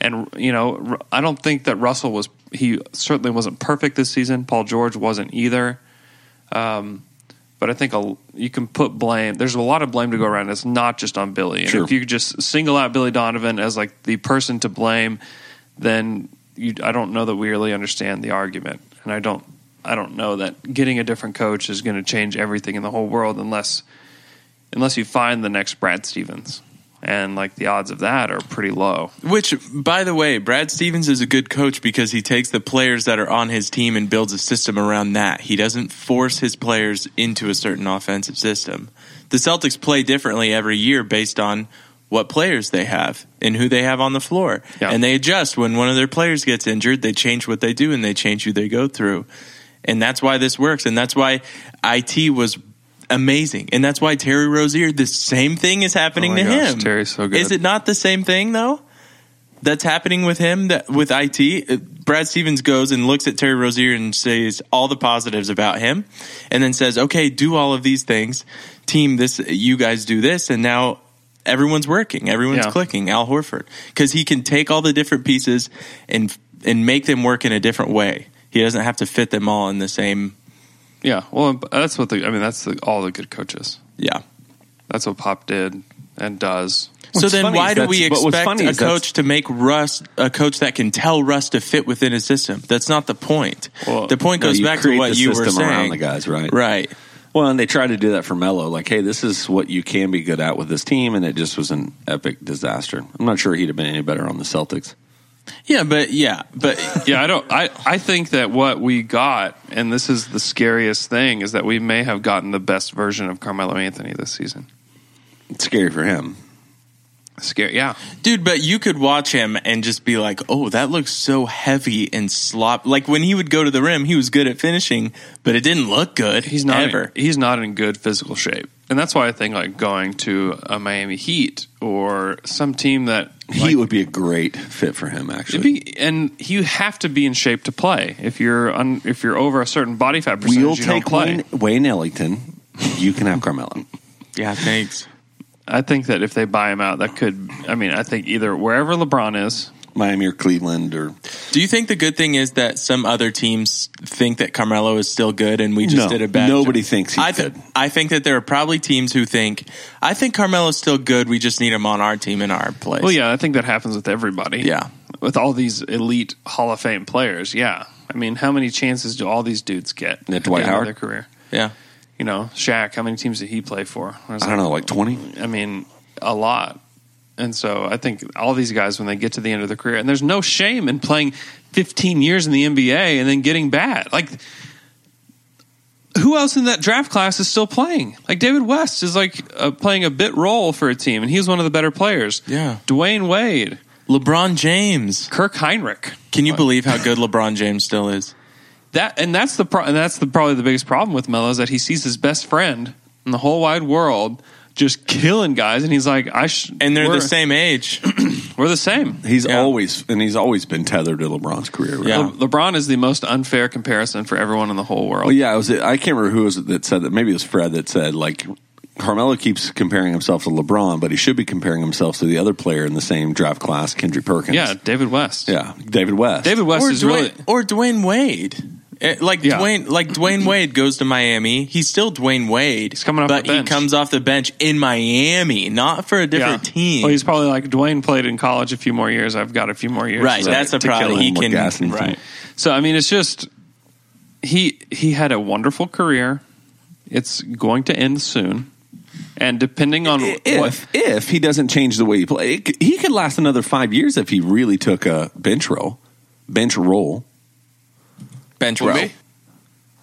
And, you know, Ru- I don't think that Russell was, he certainly wasn't perfect this season. Paul George wasn't either. Um, but I think a, you can put blame. There's a lot of blame to go around. It's not just on Billy. And Sure. if you could just single out Billy Donovan as like the person to blame, then you, I don't know that we really understand the argument, and I don't I don't know that getting a different coach is going to change everything in the whole world unless unless you find the next Brad Stevens. and like the odds of that are pretty low. Which, by the way, Brad Stevens is a good coach because he takes the players that are on his team and builds a system around that. He doesn't force his players into a certain offensive system. The Celtics play differently every year based on what players they have and who they have on the floor. Yeah. And they adjust when one of their players gets injured, they change what they do and they change who they go through. And that's why this works. And that's why IT was amazing. And that's why Terry Rozier, the same thing is happening Oh my to gosh, him. Terry's so good. Is it not the same thing though? That's happening with him that with IT. Uh, Brad Stevens goes and looks at Terry Rozier and says all the positives about him, and then says, "Okay, do all of these things, team. This you guys do this, and now everyone's working, everyone's Yeah. clicking." Al Horford because he can take all the different pieces and and make them work in a different way. He doesn't have to fit them all in the same. Yeah, well, that's what the I mean. That's the, all the good coaches. Yeah. That's what Pop did and does. So What's then, funny why is do that's- we but what's expect funny a is that's- coach to make Russ a coach that can tell Russ to fit within his system? That's not the point. Well, the point No, goes you back to create what the you were system around saying. the guys, right? Right. Well, and they tried to do that for Melo. Like, hey, this is what you can be good at with this team, and it just was an epic disaster. I'm not sure he'd have been any better on the Celtics. Yeah, but yeah, but yeah, I don't. I I think that what we got, and this is the scariest thing, is that we may have gotten the best version of Carmelo Anthony this season. It's scary for him. Scary, yeah. dude, but you could watch him and just be like, "Oh, that looks so heavy and slop." Like when he would go to the rim, he was good at finishing, but it didn't look good. He's not. ever. In, he's not in good physical shape, and that's why I think like going to a Miami Heat or some team that he like, would be a great fit for him, actually. It'd be, and you have to be in shape to play. If you're un, if you're over a certain body fat percentage, we'll you don't take play. Wayne, Wayne Ellington. You can have Carmelo. yeah, thanks. I think that if they buy him out, that could. I mean, I think either wherever LeBron is, Miami or Cleveland or Do you think the good thing is that some other teams think that Carmelo is still good and we just No, did a bad nobody job? thinks he's I th- good. I think that there are probably teams who think I think Carmelo's still good. We just need him on our team in our place. well, yeah, I think that happens with everybody. Yeah. with all these elite Hall of Fame players. Yeah, I mean, how many chances do all these dudes get Yeah, Dwight at the end of Howard? their career? yeah. You know, Shaq. How many teams did he play for? I don't know, like 20? I mean, a lot. And so I think all these guys, when they get to the end of their career, and there's no shame in playing 15 years in the NBA and then getting bad. Like, who else in that draft class is still playing? Like David West is like uh, playing a bit role for a team, and he's one of the better players. Yeah. Dwayne Wade, LeBron James. Kirk Heinrich. Can you believe how good LeBron James still is? That and that's the pro- and that's the probably the biggest problem with Melo is that he sees his best friend in the whole wide world just killing guys, and he's like, I sh- And they're we're- the same age. We're the same. He's Yeah. always and he's always been tethered to LeBron's career. Right? Yeah. Le- LeBron is the most unfair comparison for everyone in the whole world. Well, Oh, yeah, I was. I can't remember who was it that said that. Maybe it was Fred that said like Carmelo keeps comparing himself to LeBron, but he should be comparing himself to the other player in the same draft class, Kendrick Perkins. Yeah, David West. yeah, David West. David West or is Dwayne, really or Dwayne Wade. Eh, Like Yeah. Dwayne, like Dwayne Wade goes to Miami. He's still Dwayne Wade. He's coming off but the bench. he comes off the bench in Miami, not for a different yeah. team. Well, he's probably like Dwayne played in college a few more years. I've got a few more years. Right, to- that's a to kill problem. him. He More can gas than right. anything. So I mean, it's just he he had a wonderful career. It's going to end soon, and depending on if what if he doesn't change the way he plays, he could last another five years if he really took a bench roll, bench roll, bench Well, row, me?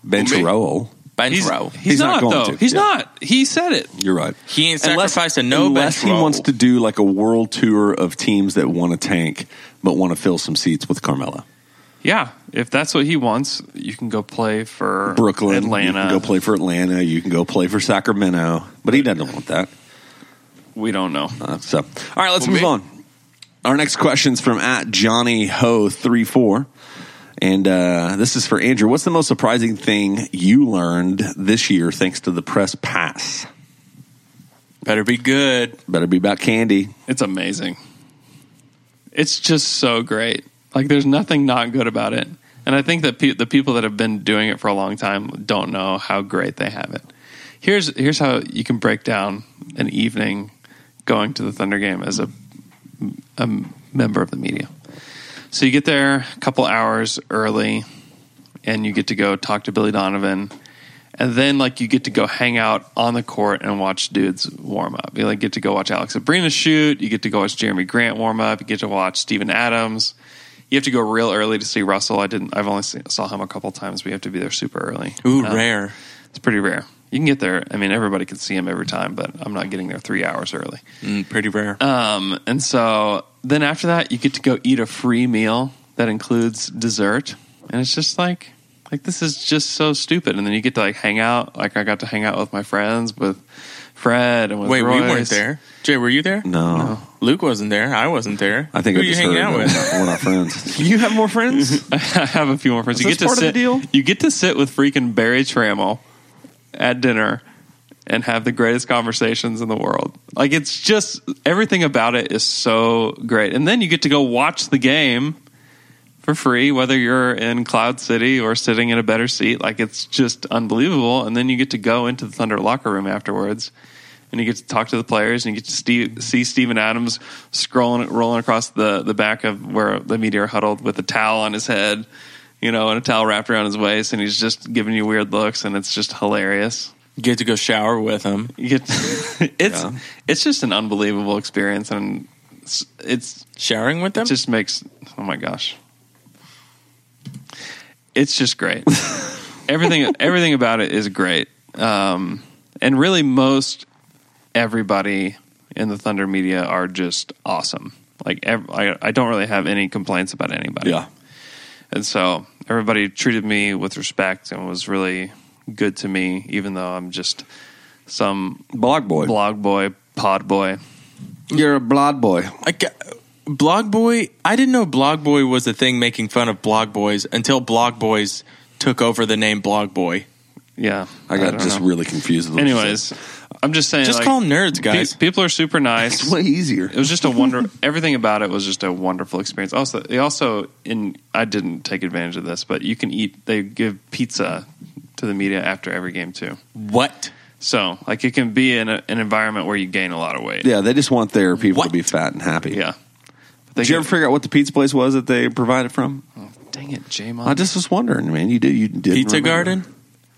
bench Well, me- roll. bench he's, row. he's, He's not not, going though. to. He's Yeah. not. He said it. You're right. He ain't sacrificed a no unless bench he roll. wants to do like a world tour of teams that want to tank but want to fill some seats with Carmelo. Yeah, if that's what he wants, you can go play for Brooklyn, you Atlanta. can go play for Atlanta, you can go play for Sacramento, but he doesn't want that. we don't know. Uh, so, all right, let's Well, move me- on. Our next question's from at Johnny Ho three four, and uh, this is for Andrew. What's the most surprising thing you learned this year thanks to the press pass? Better be good. Better be about candy. It's amazing. It's just so great. Like there's nothing not good about it. And I think that pe- the people that have been doing it for a long time don't know how great they have it. Here's here's how you can break down an evening going to the Thunder game as a, a member of the media. So you get there a couple hours early, and you get to go talk to Billy Donovan, and then like you get to go hang out on the court and watch dudes warm up. You like get to go watch Alex Sabrina shoot. You get to go watch Jeremy Grant warm up. You get to watch Steven Adams. You have to go real early to see Russell. I didn't. I've only seen, saw him a couple times. but you have to be there super early. Ooh, Um, rare. It's pretty rare. You can get there. I mean, everybody can see him every time, but I'm not getting there three hours early. Mm, pretty rare. Um, and so then after that, you get to go eat a free meal that includes dessert, and it's just like, like this is just so stupid. And then you get to like hang out. Like I got to hang out with my friends, with Fred and with Wait, we weren't Royce. there. Jay, were you there? No, Luke wasn't there. I wasn't there. I think I who are you just hanging heard out that with? We're not <laughs> friends. <laughs> You have more friends? I have a few more friends. Is you this get to part of sit, the deal? You get to sit with freaking Barry Trammell at dinner and have the greatest conversations in the world. Like it's just everything about it is so great. And then you get to go watch the game for free, whether you're in Cloud City or sitting in a better seat. Like it's just unbelievable. And then you get to go into the Thunder locker room afterwards. And you get to talk to the players, and you get to Steve, see Steven Adams scrolling, rolling across the, the back of where the media are huddled with a towel on his head, you know, and a towel wrapped around his waist, and he's just giving you weird looks, and it's just hilarious. You get to go shower with him. You get <laughs> it's Yeah. it's just an unbelievable experience, and it's, it's Showering with them? it just makes oh my gosh, it's <laughs> just great. everything everything about it is great, um, and really most everybody in the Thunder media are just awesome. Like ev- I, I don't really have any complaints about anybody. Yeah, And so everybody treated me with respect and was really good to me, even though I'm just some blog boy. blog boy, pod boy. You're a blog boy. I ca- Blog Boy. I didn't know Blog Boy was a thing making fun of Blog Boys until Blog Boys took over the name Blog Boy. Yeah. I got don't just know. really confused. With Anyways, I'm just saying. Just like, call them nerds, pe- guys. people are super it's nice. way easier. It was just a wonder. everything about it was just a wonderful experience. Also, they also in I didn't take advantage of this, but you can eat. They give pizza to the media after every game too. What? So like it can be in a, an environment where you gain a lot of weight. Yeah, they just want their people to What? be fat and happy. Yeah. They Did you ever get- figure out what the pizza place was that they provided from? Dang it, J I just was wondering, man. You did. You did. Pizza remember. Garden?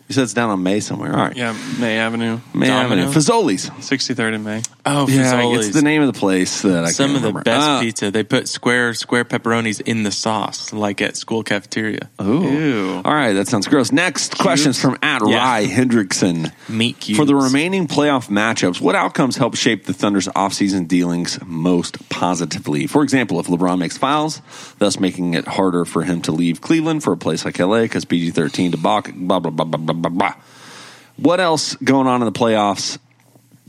You said it's down on May somewhere. All right. Yeah, May Avenue, May Avenue. Domino? Fazoli's. 63rd in May. Oh, it's the name of the place that I Some can't of the remember. best Ah, pizza. They put square square pepperonis in the sauce, like at school cafeteria. ooh. Ew. All right, that sounds gross. Next questions from at Yeah. Rye Hendrickson. Meat cubes. For the remaining playoff matchups, what outcomes help shape the Thunder's offseason dealings most positively? For example, if LeBron makes fouls, thus making it harder for him to leave Cleveland for a place like LA because PG 13 debacle, blah, blah, blah, blah, blah, blah, blah. What else going on in the playoffs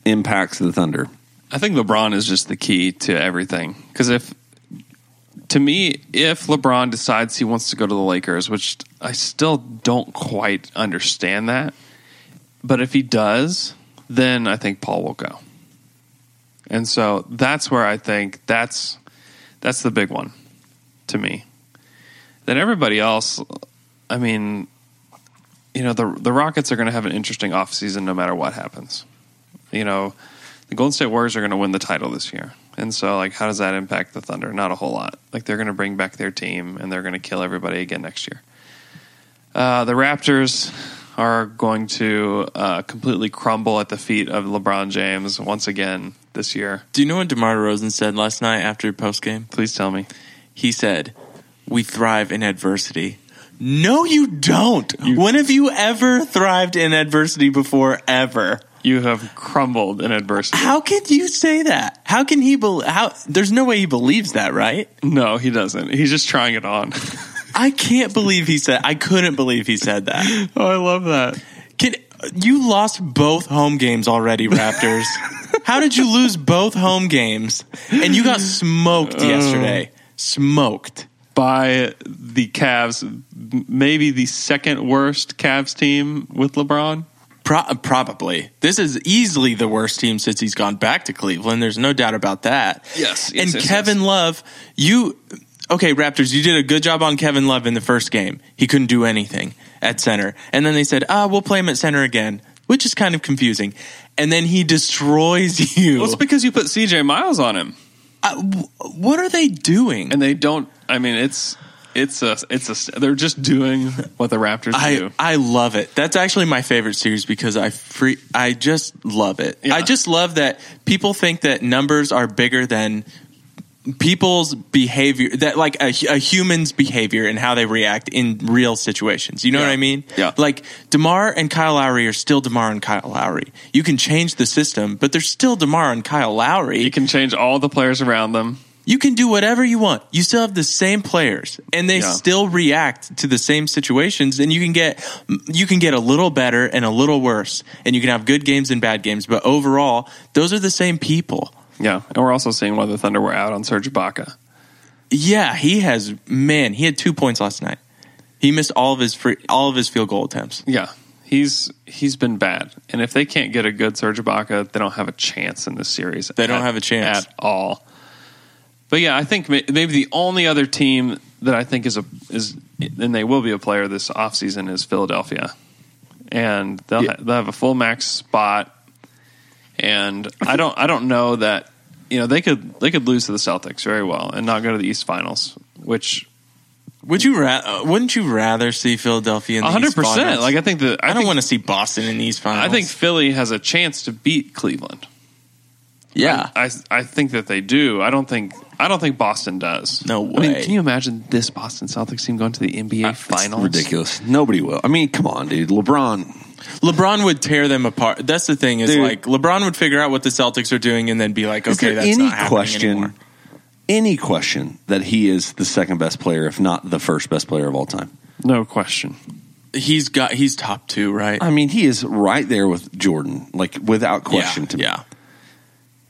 impacts the Thunder? I think LeBron is just the key to everything. Because if, to me, if LeBron decides he wants to go to the Lakers, which I still don't quite understand that, but if he does, then I think Paul will go. And so that's where I think that's that's the big one to me. Then everybody else, I mean, you know, the the Rockets are going to have an interesting offseason no matter what happens. You know, the Golden State Warriors are going to win the title this year. And so, like, how does that impact the Thunder? Not a whole lot. Like, they're going to bring back their team and they're going to kill everybody again next year. Uh, the Raptors are going to uh, completely crumble at the feet of LeBron James once again this year. Do you know what DeMar DeRozan said last night after post game? Please tell me. He said, "We thrive in adversity." No, you don't. when have you ever thrived in adversity before? Ever? You have crumbled in adversity. <laughs> How could you say that? How can he bel How? There's no way he believes that, right? No, he doesn't. He's just trying it on. I can't believe he said. I couldn't believe he said that. oh, I love that. Can you lost both home games <laughs> already, Raptors? How did you lose both home games? And you got smoked Uh. yesterday. Smoked. By the Cavs, m- maybe the second worst Cavs team with LeBron. Pro- uh, probably. This is easily the worst team since he's gone back to Cleveland. There's no doubt about that. Yes, yes, And yes, Kevin Love, you okay, Raptors, you did a good job on Kevin Love in the first game. He couldn't do anything at center. And then they said, ah, we'll play him at center again, which is kind of confusing. And then he destroys <laughs> you. Well, it's because you put CJ Miles on him, Uh, wh- what are they doing? and they don't. I mean, it's It's a, it's a. They're just doing what the Raptors I do. I love it. That's actually my favorite series because I free I just love it. Yeah. I just love that people think that numbers are bigger than people's behavior that like a, hu- a human's behavior and how they react in real situations. You know what I mean? Yeah. Like DeMar and Kyle Lowry are still DeMar and Kyle Lowry. You can change the system, but they're still DeMar and Kyle Lowry. You can change all the players around them. You can do whatever you want. You still have the same players and they Yeah. still react to the same situations and you can get you can get a little better and a little worse and you can have good games and bad games, but overall, those are the same people. Yeah, and we're also seeing why the Thunder were out on Serge Ibaka. Yeah, he has man, he had 2 points last night. He missed all of his free, all of his field goal attempts. Yeah, he's he's been bad, and if they can't get a good Serge Ibaka, they don't have a chance in this series. They don't have a chance. at all. But yeah, I think may- maybe the only other team that I think is a is and they will be a player this offseason is Philadelphia, and they'll ha- they'll have a full max spot. And I don't I don't know that you know they could they could lose to the Celtics very well and not go to the East Finals, which Would you ra- uh, wouldn't you rather see Philadelphia in the 100%, 100 percent like I think that I, I, don't think, want to see Boston in these finals. I think Philly has a chance to beat Cleveland. yeah. I, I think that they do. I don't think I don't think Boston does. No I mean, way. can you imagine this Boston Celtics team going to the NBA It's Finals? ridiculous. Nobody will. I mean, come on, dude. LeBron. LeBron would tear them apart. That's the thing is Dude. like LeBron would figure out what the Celtics are doing and then be like, Is okay, there that's any not happening question? anymore. Any question that he is the second best player, if not the first best player of all time? No question. He's got he's top two, right? I mean, he is right there with Jordan, like without question. yeah, to me, yeah.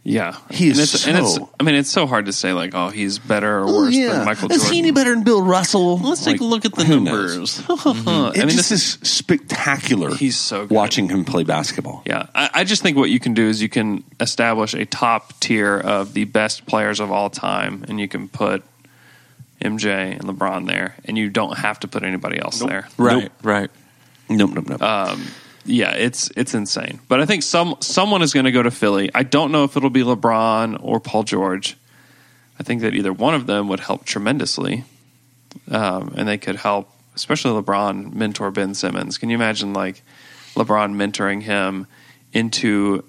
Yeah, He is And it's, and it's, so- I mean, it's so hard to say like, oh, he's better or worse than Michael Oh, is Jordan. he any better than Bill Russell? Let's take a look at the who knows? numbers. <laughs> I It mean, just this is is spectacular. he's so good. watching him play basketball. yeah. I, I just think what you can do is you can establish a top tier of the best players of all time, and you can put MJ and LeBron there, and you don't have to put anybody else there. Right, right. Nope, nope, nope. Uh, yeah, it's it's insane. But I think some someone is going to go to Philly. I don't know if it'll be LeBron or Paul George. I think that either one of them would help tremendously, um, and they could help, especially LeBron mentor Ben Simmons. Can you imagine like LeBron mentoring him into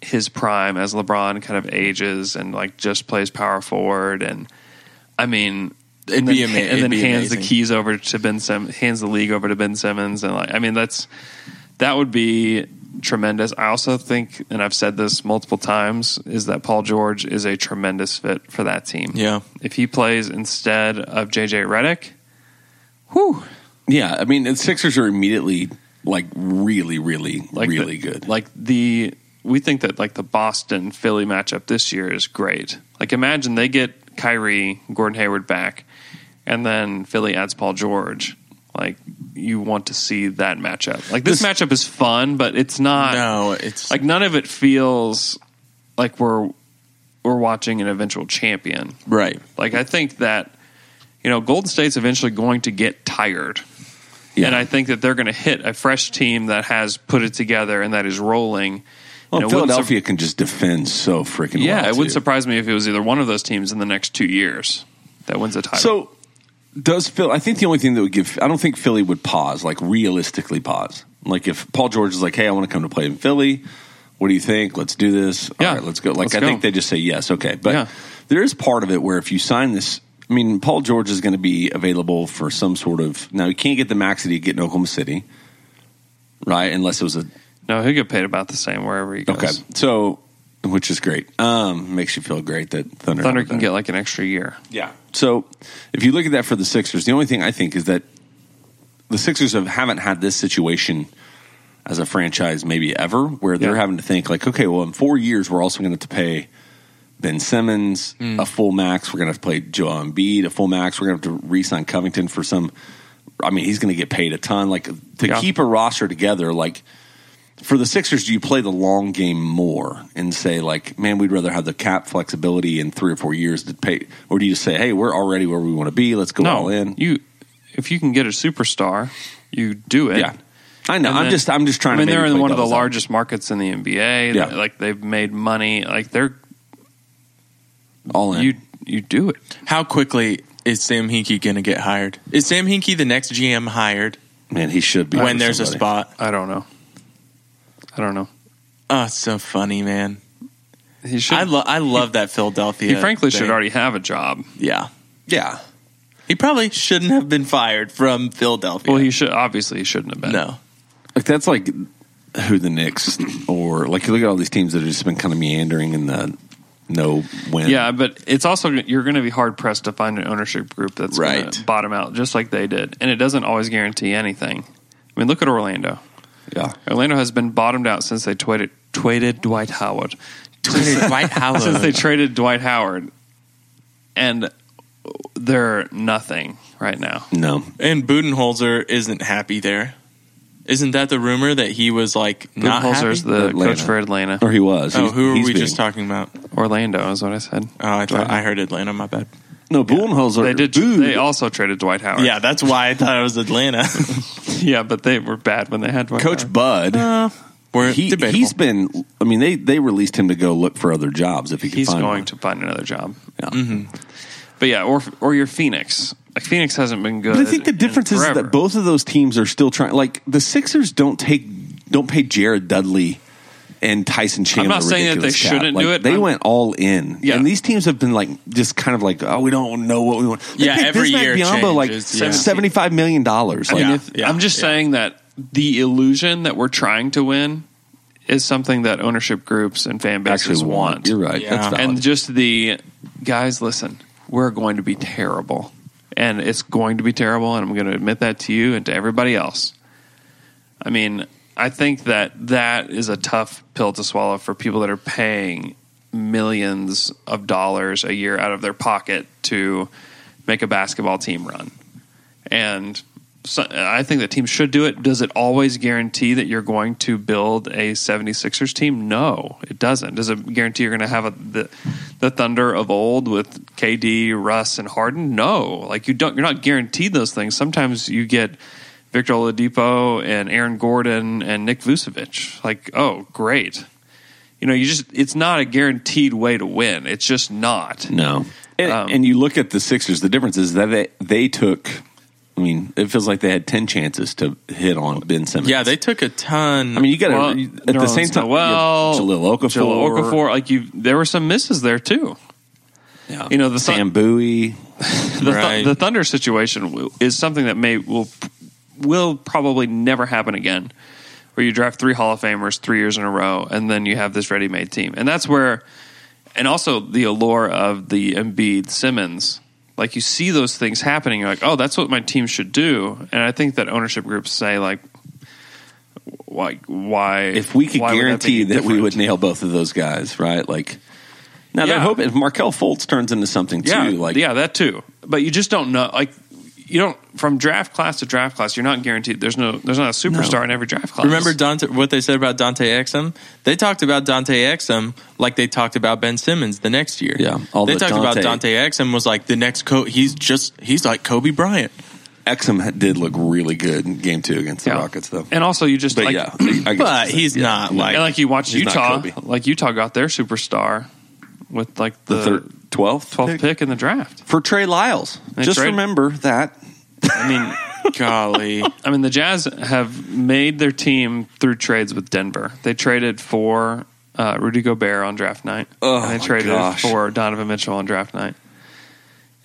his prime as LeBron kind of ages and like just plays power forward and I mean It'd and be then- ama- and then it'd be hands the amazing. keys over to Ben Sim- hands the league over to Ben Simmons and like I mean that's that would be tremendous. I also think, and I've said this multiple times, is that Paul George is a tremendous fit for that team. Yeah. If he plays instead of JJ Redick, yeah, I mean, the Sixers are immediately like really, really, like really the- good. Like the we think that like the Boston Philly matchup this year is great. Like imagine they get Kyrie, Gordon Hayward back, and then Philly adds Paul George. Like you want to see that matchup. Like this, matchup is fun, but it's not No, it's like none of it feels like we're we're watching an eventual champion. right. Like I think that you know Golden State's eventually going to get tired, Yeah. and I think that they're going to hit a fresh team that has put it together and that is rolling. well, And it wouldn't sur- Philadelphia can just defend so freaking yeah, well. it would too. surprise me if it was either one of those teams in the next two years that wins a title. So does Phil? I think the only thing that would give I don't think Philly would pause, like realistically pause. Like if Paul George is like, "Hey, I want to come to play in Philly. What do you think? Let's do this. Yeah. All right, let's go." Like Let's I go. think they just say yes, okay. But Yeah. there is part of it where if you sign this, I mean, Paul George is going to be available for some sort of. Now you can't get the max that you get in Oklahoma City, right? Unless it was a no, he'll get paid about the same wherever he goes. okay. So which is great. Um, makes you feel great that Thunder Thunder have can that. get like an extra year. Yeah. So if you look at that for the Sixers, the only thing I think is that the Sixers have, haven't had this situation as a franchise maybe ever where they're Yeah. having to think like, okay, well, in four years, we're also going to have to pay Ben Simmons Hmm. a full max. We're going to have to play Joel Embiid a full max. We're going to have to re-sign Covington for some. I mean, he's going to get paid a ton. Like to Yeah. keep a roster together, like for the Sixers, do you play the long game more and say like, man, we'd rather have the cap flexibility in three or four years to pay, or do you say, hey, we're already where we want to be, let's go all in? you if you can get a superstar, you do it. yeah, I know. And I'm then- just, I'm just trying. I mean, to maybe they're in play one of the devil's advocate. largest markets in the NBA. Yeah. Like they've made money. Like they're all in. you you do it. How quickly is Sam Hinkie going to get hired? Is Sam Hinkie the next GM hired Man, he should be. when there's somebody. a spot? I don't know. I don't know. Oh, it's so funny, man. He should. I, lo- I love that he Philadelphia. frankly should thing. already have a job. Yeah. Yeah. He probably shouldn't have been fired from Philadelphia. Well, he should. Obviously, he shouldn't have been. no. Like that's like who the Knicks or like you look at all these teams that have just been kind of meandering in the no win. Yeah, but it's also you're going to be hard pressed to find an ownership group that's going Right. to bottom out just like they did, and it doesn't always guarantee anything. I mean, look at Orlando. yeah. Orlando has been bottomed out since they tweeted, tweeted Dwight Howard. <laughs> Dwight <laughs> Howard. Since they traded Dwight Howard, and they're nothing right now. No, and Budenholzer isn't happy there. Isn't that the rumor that he was like not Budenholzer's happy? the Atlanta. coach for Atlanta. or he was. oh, He's- who were we he's being- just talking about? Orlando is what I said. Oh, I thought I heard Atlanta. My bad. No, Budenholzer. They did. Boo. They also traded Dwight Howard. Yeah, that's why I thought it <laughs> was Atlanta. <laughs> yeah, but they were bad when they had Dwight Coach Howard. Bud. We're he, debatable. he's been. I mean, they they released him to go look for other jobs if he could He's find going one. to Mm-hmm. find another job. Yeah. But yeah, or or your Phoenix. Like Phoenix hasn't been good. But I think the in difference is forever. that both of those teams are still trying. Like the Sixers don't take don't pay Jared Dudley and Tyson Chandler. not saying that ridiculous they cap. shouldn't Like, do it. They I'm- went all in. Yeah. and these teams have been like just kind of like oh we don't know what we want. They Yeah, paid every Bismack year Biyombo like changes, yeah. seventy five million dollars. Like, I mean, Yeah, if- yeah, I'm just yeah. saying that the illusion that we're trying to win is something that ownership groups and fan bases actually, want. want you're right. Yeah. That's valid. Um, And just the guys, listen, we're going to be terrible, and it's going to be terrible, and I'm going to admit that to you and to everybody else. I mean, I think that that is a tough pill to swallow for people that are paying millions of dollars a year out of their pocket to make a basketball team run. And so, I think that teams should do it. Does it always guarantee that you're going to build a 76ers team? No, it doesn't. Does it guarantee you're going to have a, the the Thunder of old with KD, Russ, and Harden? No, like you don't. You're not guaranteed those things. Sometimes you get Victor Oladipo and Aaron Gordon and Nick Vucevic. Like, oh, great. You know, you just it's not a guaranteed way to win. It's just not. No. And, Um, and you look at the Sixers, the difference is that they, they took, I mean, it feels like they had 10 chances to hit on Ben Simmons. yeah, they took a ton. I mean, you got to, Well, at the Nerlens same time, Noel, you have Jahlil Okafor, Jahlil Okafor, like you, there were some misses there too. yeah. you know, the Sam Bowie. <laughs> the, th- Right. the Thunder situation will, is something that may will will probably never happen again, where you draft three Hall of Famers three years in a row, and then you have this ready-made team, and that's where, and also the allure of the Embiid Simmons. Like you see those things happening, you're like, oh, that's what my team should do, and I think that ownership groups say like, why, why? If we could why would guarantee be that, we different? would nail both of those guys, right? Like, now they're Yeah. hoping if Markel Fultz turns into something too, yeah, like, yeah, that too. But you just don't know, like you don't from draft class to draft class. You're not guaranteed. There's no, there's not a superstar in every draft class. Remember Dante, what they said about Dante Exum? They talked about Dante Exum like they talked about Ben Simmons the next year. Yeah, all they the talked about Dante- Dante Exum was like the next co. He's just he's like Kobe Bryant. Exum had- did look really good in game two against the Yeah. Rockets, though. and also you just but like, yeah, I guess But it's- he's not like- and like you watch He's not Utah, Kobe. like Utah got their superstar with like the the, thir- 12th, 12th pick. in the draft. for Trey Lyles. They Just trade- remember that. I mean, Golly, I mean the Jazz have made their team through trades with Denver. They traded for uh, Rudy Gobert on draft night, Oh, and my they traded gosh. for Donovan Mitchell on draft night.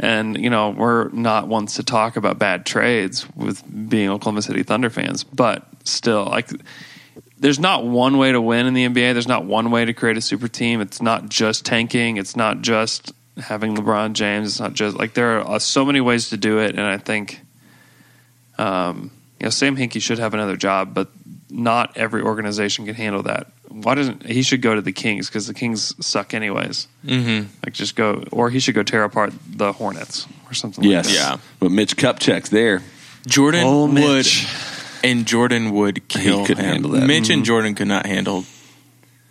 And you know, we're not ones to talk about bad trades with being Oklahoma City Thunder fans, but still, like, there's not one way to win in the NBA. There's not one way to create a super team. It's not just tanking. It's not just having LeBron James. It's not just like there are uh, so many ways to do it. And I think, um, you know, Sam Hinkie should have another job, but not every organization can handle that. Why doesn't he should go to the Kings because the Kings suck anyways. mm-hmm. Like just go, or he should go tear apart the Hornets or something. Yes. like that. Yeah. But Mitch Kupchak's there. Jordan Oh, would Mitch. and Jordan would kill couldn't him. handle that. Mm-hmm. Mitch and Jordan could not handle.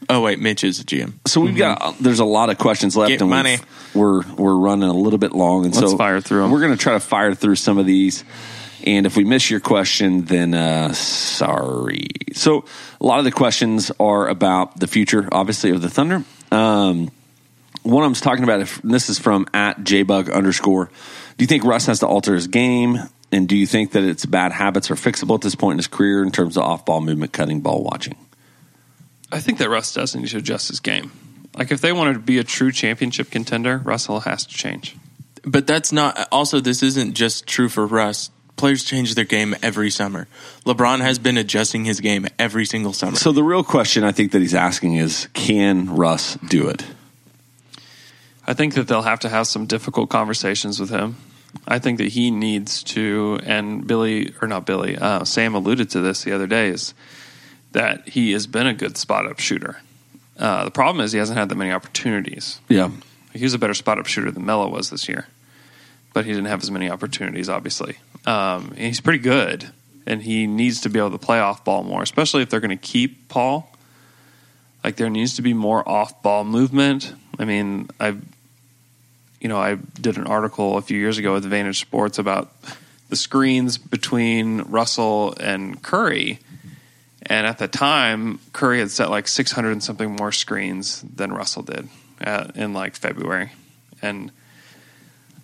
Oh wait, Mitch is a GM. So Mm-hmm. we've got uh, there's a lot of questions left, Get and money. we've- we're we're running a little bit long, and Let's so fire through 'em. We're going to try to fire through some of these, and if we miss your question, then uh, sorry. So a lot of the questions are about the future, obviously, of the Thunder. Um, one of them's talking about if and this is from at jbug underscore Do you think Russ has to alter his game? And do you think that its bad habits are fixable at this point in his career in terms of off ball movement, cutting, ball watching? I think that Russ does need to adjust his game. Like if they wanted to be a true championship contender, Russell has to change. But that's not. Also, this isn't just true for Russ. Players change their game every summer. LeBron has been adjusting his game every single summer. So the real question I think that he's asking is can Russ do it? I think that they'll have to have some difficult conversations with him. I think that he needs to, and Billy or not Billy, uh, Sam alluded to this the other day, is that he has been a good spot up shooter. Uh, the problem is he hasn't had that many opportunities. Yeah. He was a better spot up shooter than Melo was this year, but he didn't have as many opportunities. Obviously, um, and he's pretty good, and he needs to be able to play off ball more, especially if they're going to keep Paul. Like there needs to be more off ball movement. I mean, I, you know, I did an article a few years ago with Vantage Sports about the screens between Russell and Curry. And at the time, Curry had set like 600 and something more screens than Russell did uh in like February. And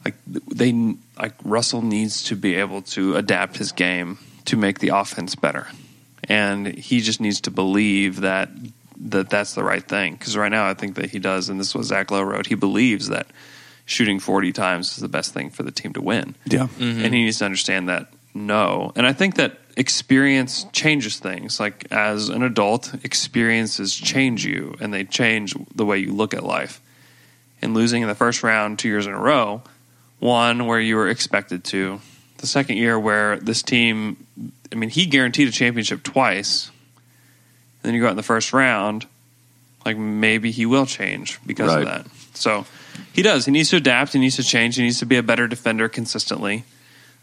like they like Russell needs to be able to adapt his game to make the offense better. And he just needs to believe that that that's the right thing cuz right now I think that he does and this was Zach Lowe wrote he believes that shooting 40 times is the best thing for the team to win Yeah. and he needs to understand that no and i think that experience changes things like as an adult experiences change you and they change the way you look at life and losing in the first round two years in a row one where you were expected to the second year where this team i mean he guaranteed a championship twice and then you go out in the first round like maybe he will change because Right. of that so he does he needs to adapt he needs to change he needs to be a better defender consistently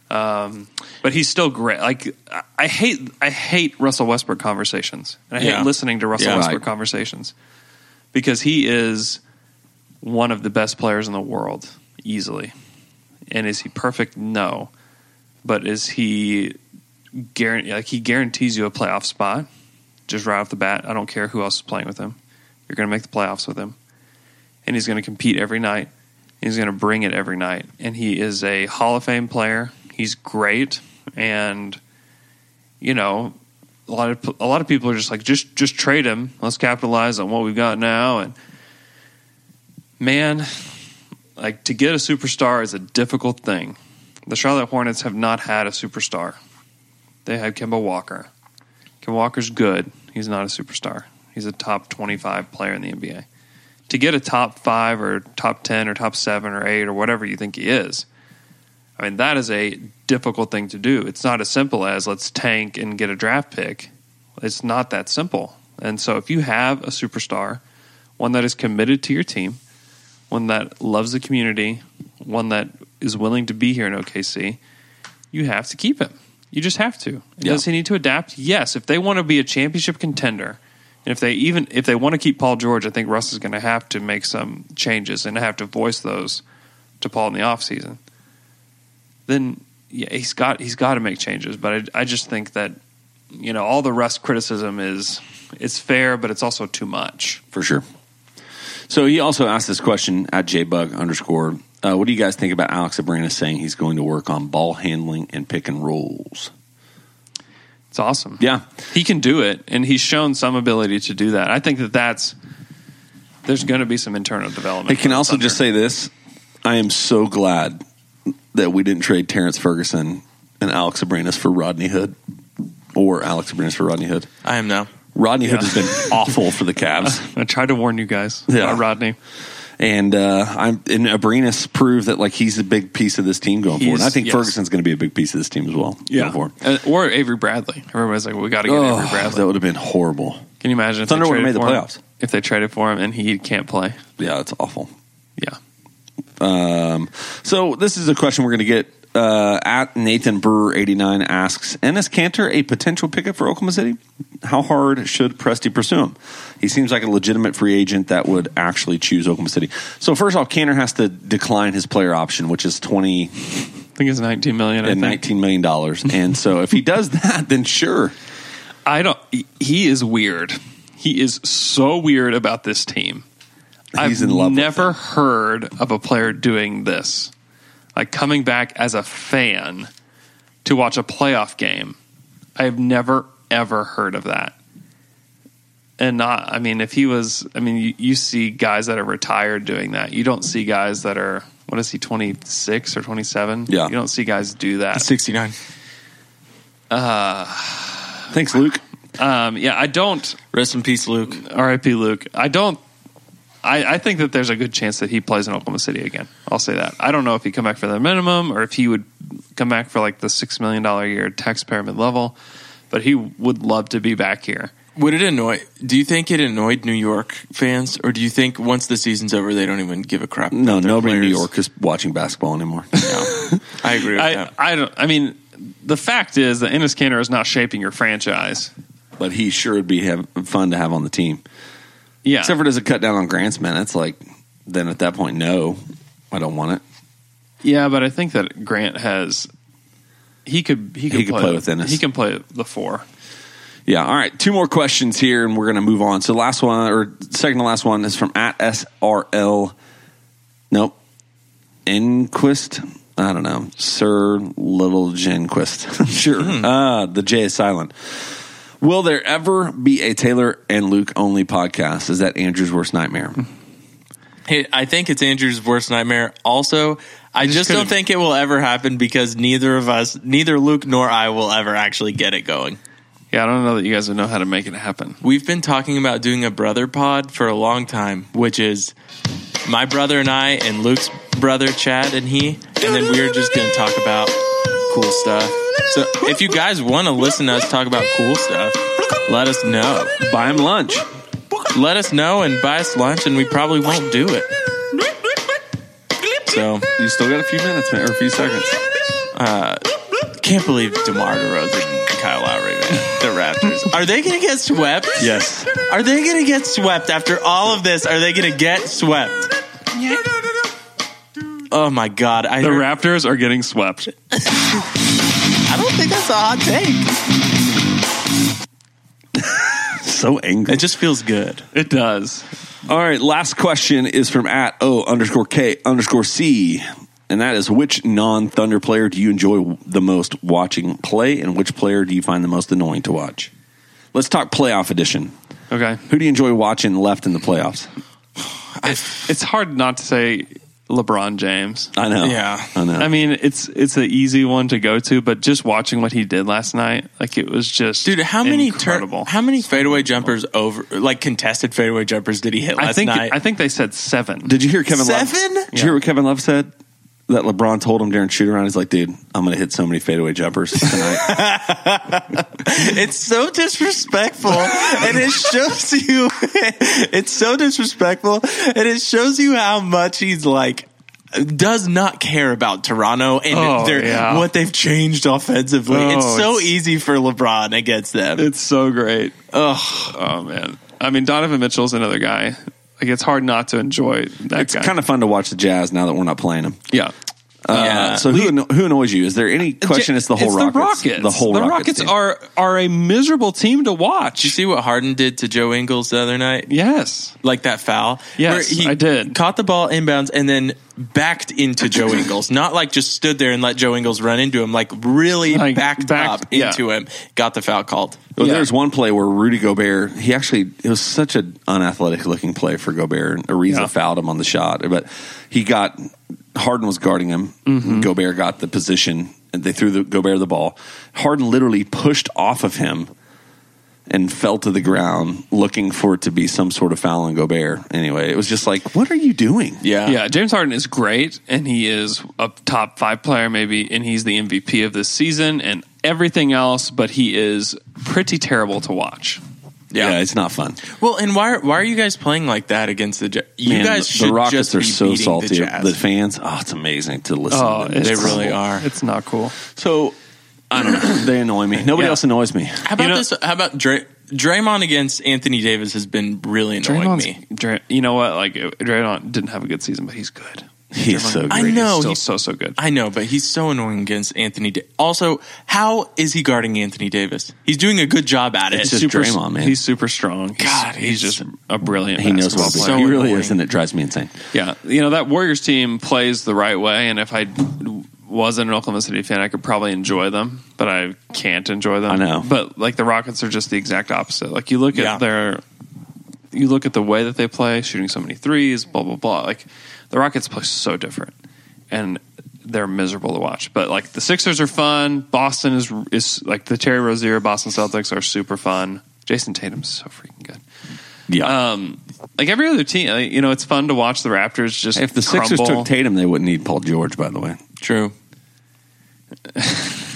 um, but he's still great. Like I- I hate I hate Russell Westbrook conversations, and I Yeah. hate listening to Russell Yeah. Westbrook Right. conversations because he is one of the best players in the world easily. And is he perfect? No, but is he guarantee like he guarantees you a playoff spot just right off the bat? I don't care who else is playing with him. You're going to make the playoffs with him, and he's going to compete every night. He's going to bring it every night, and he is a Hall of Fame player. He's great, and you know, a lot of a lot of people are just like, just just trade him. Let's capitalize on what we've got now. And man, like to get a superstar is a difficult thing. The Charlotte Hornets have not had a superstar. They had Kemba Walker. Kemba Walker's good. He's not a superstar. He's a top twenty-five player in the NBA. To get a top five or top ten or top seven or eight or whatever you think he is, I mean, that is a difficult thing to do. It's not as simple as let's tank and get a draft pick. It's not that simple. And so, if you have a superstar, one that is committed to your team, one that loves the community, one that is willing to be here in OKC, you have to keep him. You just have to. And Yeah. Does he need to adapt? Yes. If they want to be a championship contender, and if they even if they want to keep Paul George, I think Russ is going to have to make some changes and have to voice those to Paul in the offseason then yeah, he's got he's got to make changes. But I, I just think that you know all the Russ criticism is it's fair, but it's also too much. For sure. So he also asked this question at jbug underscore. Uh, what do you guys think about Alex Abrina saying he's going to work on ball handling and pick and rolls? It's awesome. Yeah. he can do it, and he's shown some ability to do that. I think that that's there's going to be some internal I development. can also just say this. I am so glad that we didn't trade Terrence Ferguson and Alex Abrinas for Rodney Hood or Alex Abrinas for Rodney Hood. I am now. Rodney Hood has <laughs> been awful for the Cavs. I tried to warn you guys. Yeah. about Rodney. And uh, I'm and Abrinas proved that like he's a big piece of this team going forward. And I He's- think yes. Ferguson's going to be a big piece of this team as well. going forward. Uh, or Avery Bradley. Everybody's like, we got to get Oh, Avery that Bradley. would have been horrible. Can you imagine if Thunder they would've made traded the for him- playoffs. If they traded for him and he can't play, Yeah, it's awful. yeah. Um, so this is a question we're going to get uh, at Nathan Brewer eighty nine asks: Ennis Cantor a potential pickup for Oklahoma City? How hard should Presti pursue him? He seems like a legitimate free agent that would actually choose Oklahoma City. So first off, Cantor has to decline his player option, which is twenty I think it's 19 million. I and think. nineteen million dollars. And so if he does that, then sure, I don't. he- He is weird. He is so weird about this team. he's in I've love. with never heard of a player doing this. like coming back as a fan to watch a playoff game. I have never ever heard of that. And not, I mean, if he was, I mean, you, you see guys that are retired doing that. You don't see guys that are, what is he, 26 or 27? Yeah. You don't see guys do that. 69. Thanks, Luke. Um, yeah, I don't. Rest in peace, Luke. R.I.P. Luke. I don't. I, I think that there's a good chance that he plays in Oklahoma City again. I'll say that. I don't know if he come back for the minimum or if he would come back for like the six million dollar a year tax pyramid level, but he would love to be back here. Would it annoy? Do you think it annoyed New York fans, or do you think once the season's over, they don't even give a crap? No, about their nobody in New players? York is watching basketball anymore. <laughs> No. I agree with I, that. I don't. I mean, the fact is that Ennis Canner is not shaping your franchise. but he sure would be have, fun to have on the team. Yeah, Except for does it cut down on Grant's minutes? Like, then at that point, no, I don't want it. yeah, but I think that Grant has. He could. He could, He could play with Ennis. He can play the four. Yeah. All right. Two more questions here, and we're going to move on. So, last one or second to last one is from at SRL. Nope. Enquist. I don't know. Sir Little <laughs> Jenquist. sure. Ah, the J is silent. Will there ever be a Taylor and Luke only podcast? Is that Andrew's worst nightmare? Hey, I think it's Andrew's worst nightmare. Also, I just don't could've- think it will ever happen because neither of us, neither Luke nor I, will ever actually get it going. Yeah, I don't know that you guys would know how to make it happen. We've been talking about doing a brother pod for a long time, which is my brother and I, and Luke's brother Chad and he, and then we are just going to talk about cool stuff. So, if you guys want to listen to us talk about cool stuff, let us know. Buy him lunch. Let us know and buy us lunch, and we probably won't do it. So, You still got a few minutes man, or a few seconds. Uh, can't believe DeMar DeRozan and Kyle Lowry, man. The Raptors. Are they going to get swept? Yes. Are they going to get swept after all of this? Are they going to get swept? Oh my god! I The heard- Raptors are getting swept. I don't think that's a hot take. So angry. It just feels good. It does. All right, last question is from at O underscore K underscore C. And that is which non Thunder player do you enjoy the most watching play, and which player do you find the most annoying to watch? Let's talk playoff edition. Okay. Who do you enjoy watching left in the playoffs? It's hard not to say LeBron James. I know. Yeah. I know. I mean, it's it's an easy one to go to, but just watching what he did last night, like it was just Dude, how many tur- incredible. how many fadeaway jumpers over like contested fadeaway jumpers did he hit last I think night? I think they said seven. Did you hear Kevin Love? Seven? Did you hear what Kevin Love said? That LeBron told him during shoot around, he's like, dude, I'm going to hit so many fadeaway jumpers <laughs> tonight. it's so disrespectful and it shows you <laughs> it's so disrespectful and it shows you how much he's like does not care about Toronto and Oh, their, yeah. what they've changed offensively. Oh, it's so it's- easy for LeBron against them. It's so great. Oh, oh man. I mean, Donovan Mitchell's another guy. Like it's hard not to enjoy that it's guy. kind of fun to watch the Jazz now that we're not playing them. yeah. Uh, so who anno- who annoys you? Is there any question? It's the whole the Rockets. Rockets. The whole the Rockets, Rockets team. are are a miserable team to watch. Did you see what Harden did to Joe Ingles the other night? Yes. Like that foul? Yes, I did. Caught the ball inbounds and then backed into <laughs> Joe Ingles. Not like just stood there and let Joe Ingles run into him, like really Like, backed, backed- up yeah. into him. Got the foul called. Well, Yeah. There's one play where Rudy Gobert. He actually it was such an unathletic looking play for Gobert. and Ariza Yeah. fouled him on the shot, but he got Harden was guarding him. Mm-hmm. Gobert got the position, and they threw the, Gobert the ball. Harden literally pushed off of him and fell to the ground, looking for it to be some sort of foul on Gobert. Anyway, it was just like, what are you doing? Yeah. yeah, James Harden is great, and he is a top five player, maybe, and he's the MVP of this season and everything else. But he is pretty terrible to watch. Yeah, it's not fun. Well, and why are, why are you guys playing like that against the Jazz? You Man, guys the should Rockets just are be so beating salty. The The, Jazz. Oh, fans, oh, it's amazing to listen to them. it's they It's really cool. are. It's not cool. So I don't know. They annoy me. Nobody Yeah. else annoys me. how about you know- this? How about Dray, Draymond against Anthony Davis has been really annoying Draymond's, me. uh, Dray, you know what? Like Draymond didn't have a good season, but he's good. He's so I great. know. Still he's- so so good. I know, but he's so annoying against Anthony. Da- also, how is he guarding Anthony Davis? He's doing a good job at it. It's just Draymond, man. He's super strong. He's- God, he's, he's- just a brilliant. He knows basketball well. player. so he really annoying. is, and it drives me insane. Yeah, you know that Warriors team plays the right way, and if I wasn't an Oklahoma City fan, I could probably enjoy them, but I can't enjoy them. I know. but like the Rockets are just the exact opposite. Like you look Yeah. at their, you look at the way that they play, shooting so many threes, blah blah blah. Like the Rockets play so different, and they're miserable to watch. But like the Sixers are fun. Boston is is like the Terry Rozier Boston Celtics are super fun. Jason Tatum's so freaking good Yeah. like every other team, like, you know, it's fun to watch the Raptors just if the Sixers crumble. took Tatum, they wouldn't need Paul George. By the way, True.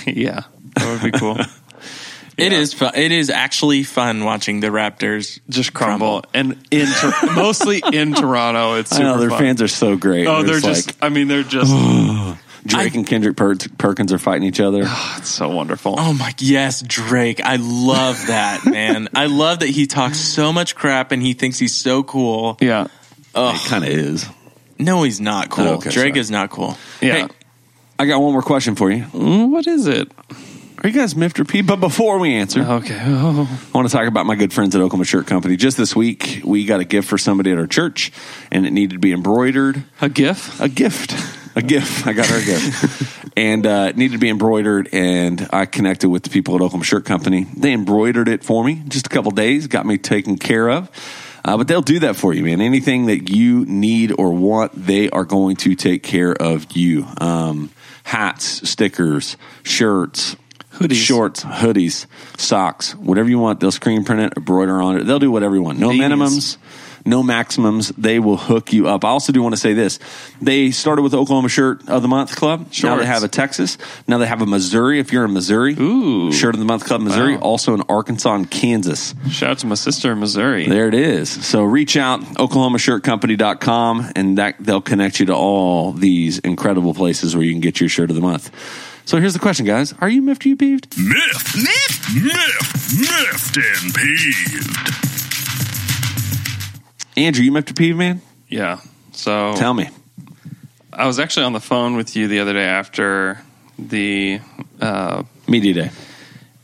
yeah, that would be cool. It is. Fu- it is actually fun watching the Raptors. just crumble, and in <laughs> Tor- mostly in Toronto, it's I super know their fun. fans are so great. Oh, It's they're like, just. I mean, they're just. Drake and Kendrick per- Perkins are fighting each other. it's so wonderful. Oh my yes, Drake. I <laughs> love that man. I love that he talks so much crap and he thinks he's so cool. Yeah, It kind of is. No, he's not cool. Oh, okay, Drake sorry. is not cool. yeah. Hey, I got one more question for you. Mm, what is it? Are you guys miffed or peeved? But before we answer, Okay. Oh, I want to talk about my good friends at Oklahoma Shirt Company. Just this week, we got a gift for somebody at our church, and it needed to be embroidered. a GIF. A gift. A gift. I got her a gift. and uh, it needed to be embroidered, and I connected with the people at Oklahoma Shirt Company. They embroidered it for me just a couple days, got me taken care of. Uh, but they'll do that for you, man. Anything that you need or want, they are going to take care of you. Um, hats, stickers, shirts, Hoodies. shorts, hoodies, socks, whatever you want. They'll screen print it, embroider on it. They'll do whatever you want. No minimums Genius. no maximums. They will hook you up. I also do want to say this. They started with the Oklahoma Shirt of the Month Club. Now Shorts. they have a Texas. Now they have a Missouri. If you're in Missouri, Ooh. Shirt of the Month Club, Missouri. Wow. Also in Arkansas and Kansas. Shout out to my sister in Missouri. There it is. So reach out, oklahomashirtcompany.com, and that they'll connect you to all these incredible places where you can get your shirt of the month. So here's the question, guys. Are you miffed or you peeved? Myth, myth, myth, miffed and peeved. Andrew, you miffed or peeved, man? Yeah. So Tell me. I was actually on the phone with you the other day after the uh, Media day.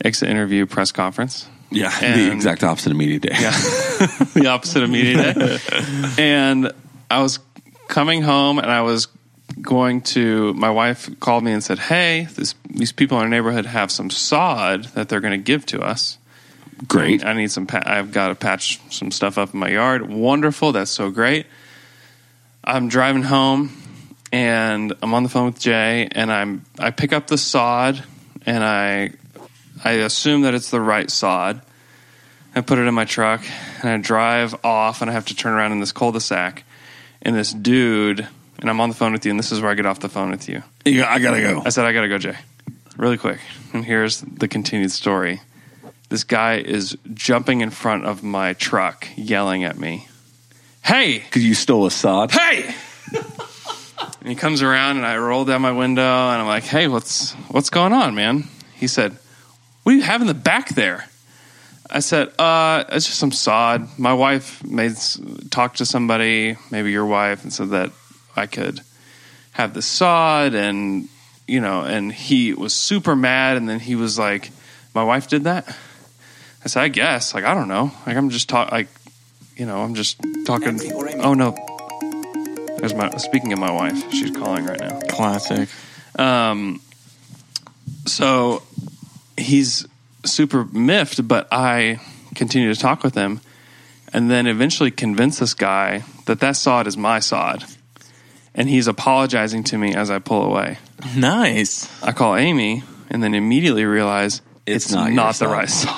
exit interview press conference. Yeah. the And- exact opposite of media day. Yeah. <laughs> the opposite of media day. and I was coming home and I was going to my wife called me and said, "Hey, this, these people in our neighborhood have some sod that they're going to give to us." <laughs> Great. I need some. Pa- I've got to patch some stuff up in my yard. Wonderful. That's so great. I'm driving home, and I'm on the phone with Jay, and I'm I pick up the sod, and I I assume that it's the right sod. I put it in my truck, and I drive off, and I have to turn around in this cul-de-sac, and this dude, and I'm on the phone with you, and this is where I get off the phone with you. Yeah, I gotta go. I said, I gotta go, Jay, really quick. And here's the continued story. This guy is jumping in front of my truck, yelling at me, Hey, Because you stole a sod. hey! and he comes around and I roll down my window and I'm like, Hey, what's what's going on, man? He said, What do you have in the back there? I said, uh, it's just some sod. My wife made s- talked to somebody, maybe your wife, and said that I could have the sod and you know, and he was super mad and then he was like, My wife did that? I said, I guess. Like, I don't know. Like I'm just talk like you know, I'm just talking Oh no. There's my speaking of my wife, she's calling right now. Classic. Um, so he's super miffed, but I continue to talk with him and then eventually convince this guy that that sod is my sod. And he's apologizing to me as I pull away. Nice. <laughs> I call Amy and then immediately realize It's it's, not not, your the sod.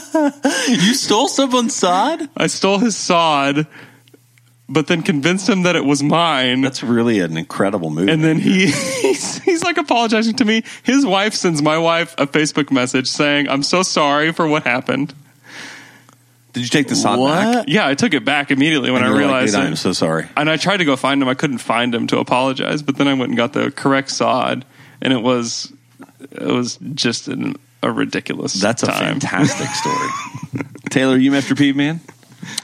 right sod. You stole someone's sod? I stole his sod, but then convinced him that it was mine. That's really an incredible movie. And then he <laughs> he's, he's like apologizing to me. His wife sends my wife a Facebook message saying, "I'm so sorry for what happened." Did you take the sod back? What? Yeah, I took it back immediately when And I you're like, realized "Dude, I it. am so sorry. and I tried to go find him. I couldn't find him to apologize, but then I went and got the correct sod, and it was it was just an, a ridiculous. That's a time. <laughs> fantastic story. Taylor, you Mr. P man?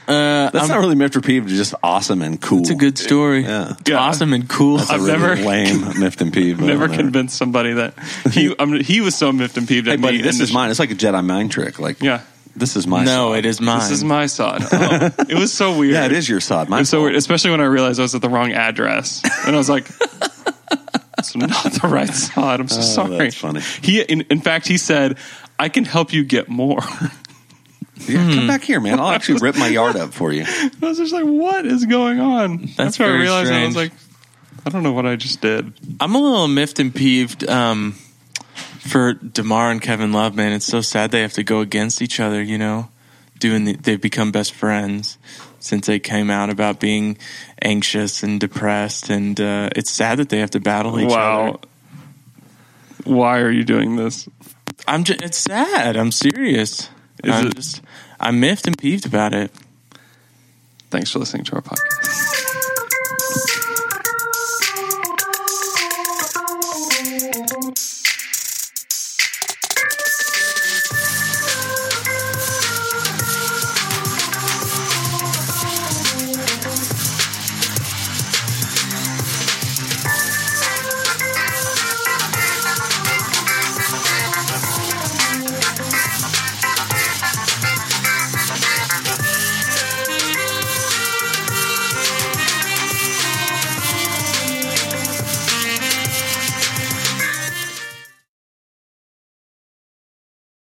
That's not really miffed or peeved. Just awesome and cool. Uh, It's a good story. Yeah. God. Awesome and cool. It's a I've really never- lame <laughs> miffed and peeved. but Never whatever. convinced <laughs> somebody that he I mean, he was so miffed and peeved at Hey, buddy, me. this and is mine. It's like a Jedi mind trick. Like, Yeah. this is my. no, sod. it is mine. This is my sod. Oh, it was so weird. <laughs> Yeah, it is your sod. It Mine. was so weird, especially when I realized I was at the wrong address, and I was like, <laughs> "It's not the right sod." I'm so Oh, sorry. that's funny. He, in, in fact, he said, "I can help you get more." <laughs> I hmm. Come back here, man. I'll actually rip my yard up for <laughs> you. was just like, "What is going on?" That's when I very realized I was like, strange. "I don't know what I just did." I'm a little miffed and peeved um, for Demar and Kevin Love. Man, it's so sad they have to go against each other. You know, doing the, they've become best friends since they came out about being anxious and depressed, and uh, it's sad that they have to battle each other. Wow. Why are you doing this? I'm just, it's sad. I'm serious. Is I'm it- just I'm miffed and peeved about it. Thanks for listening to our podcast.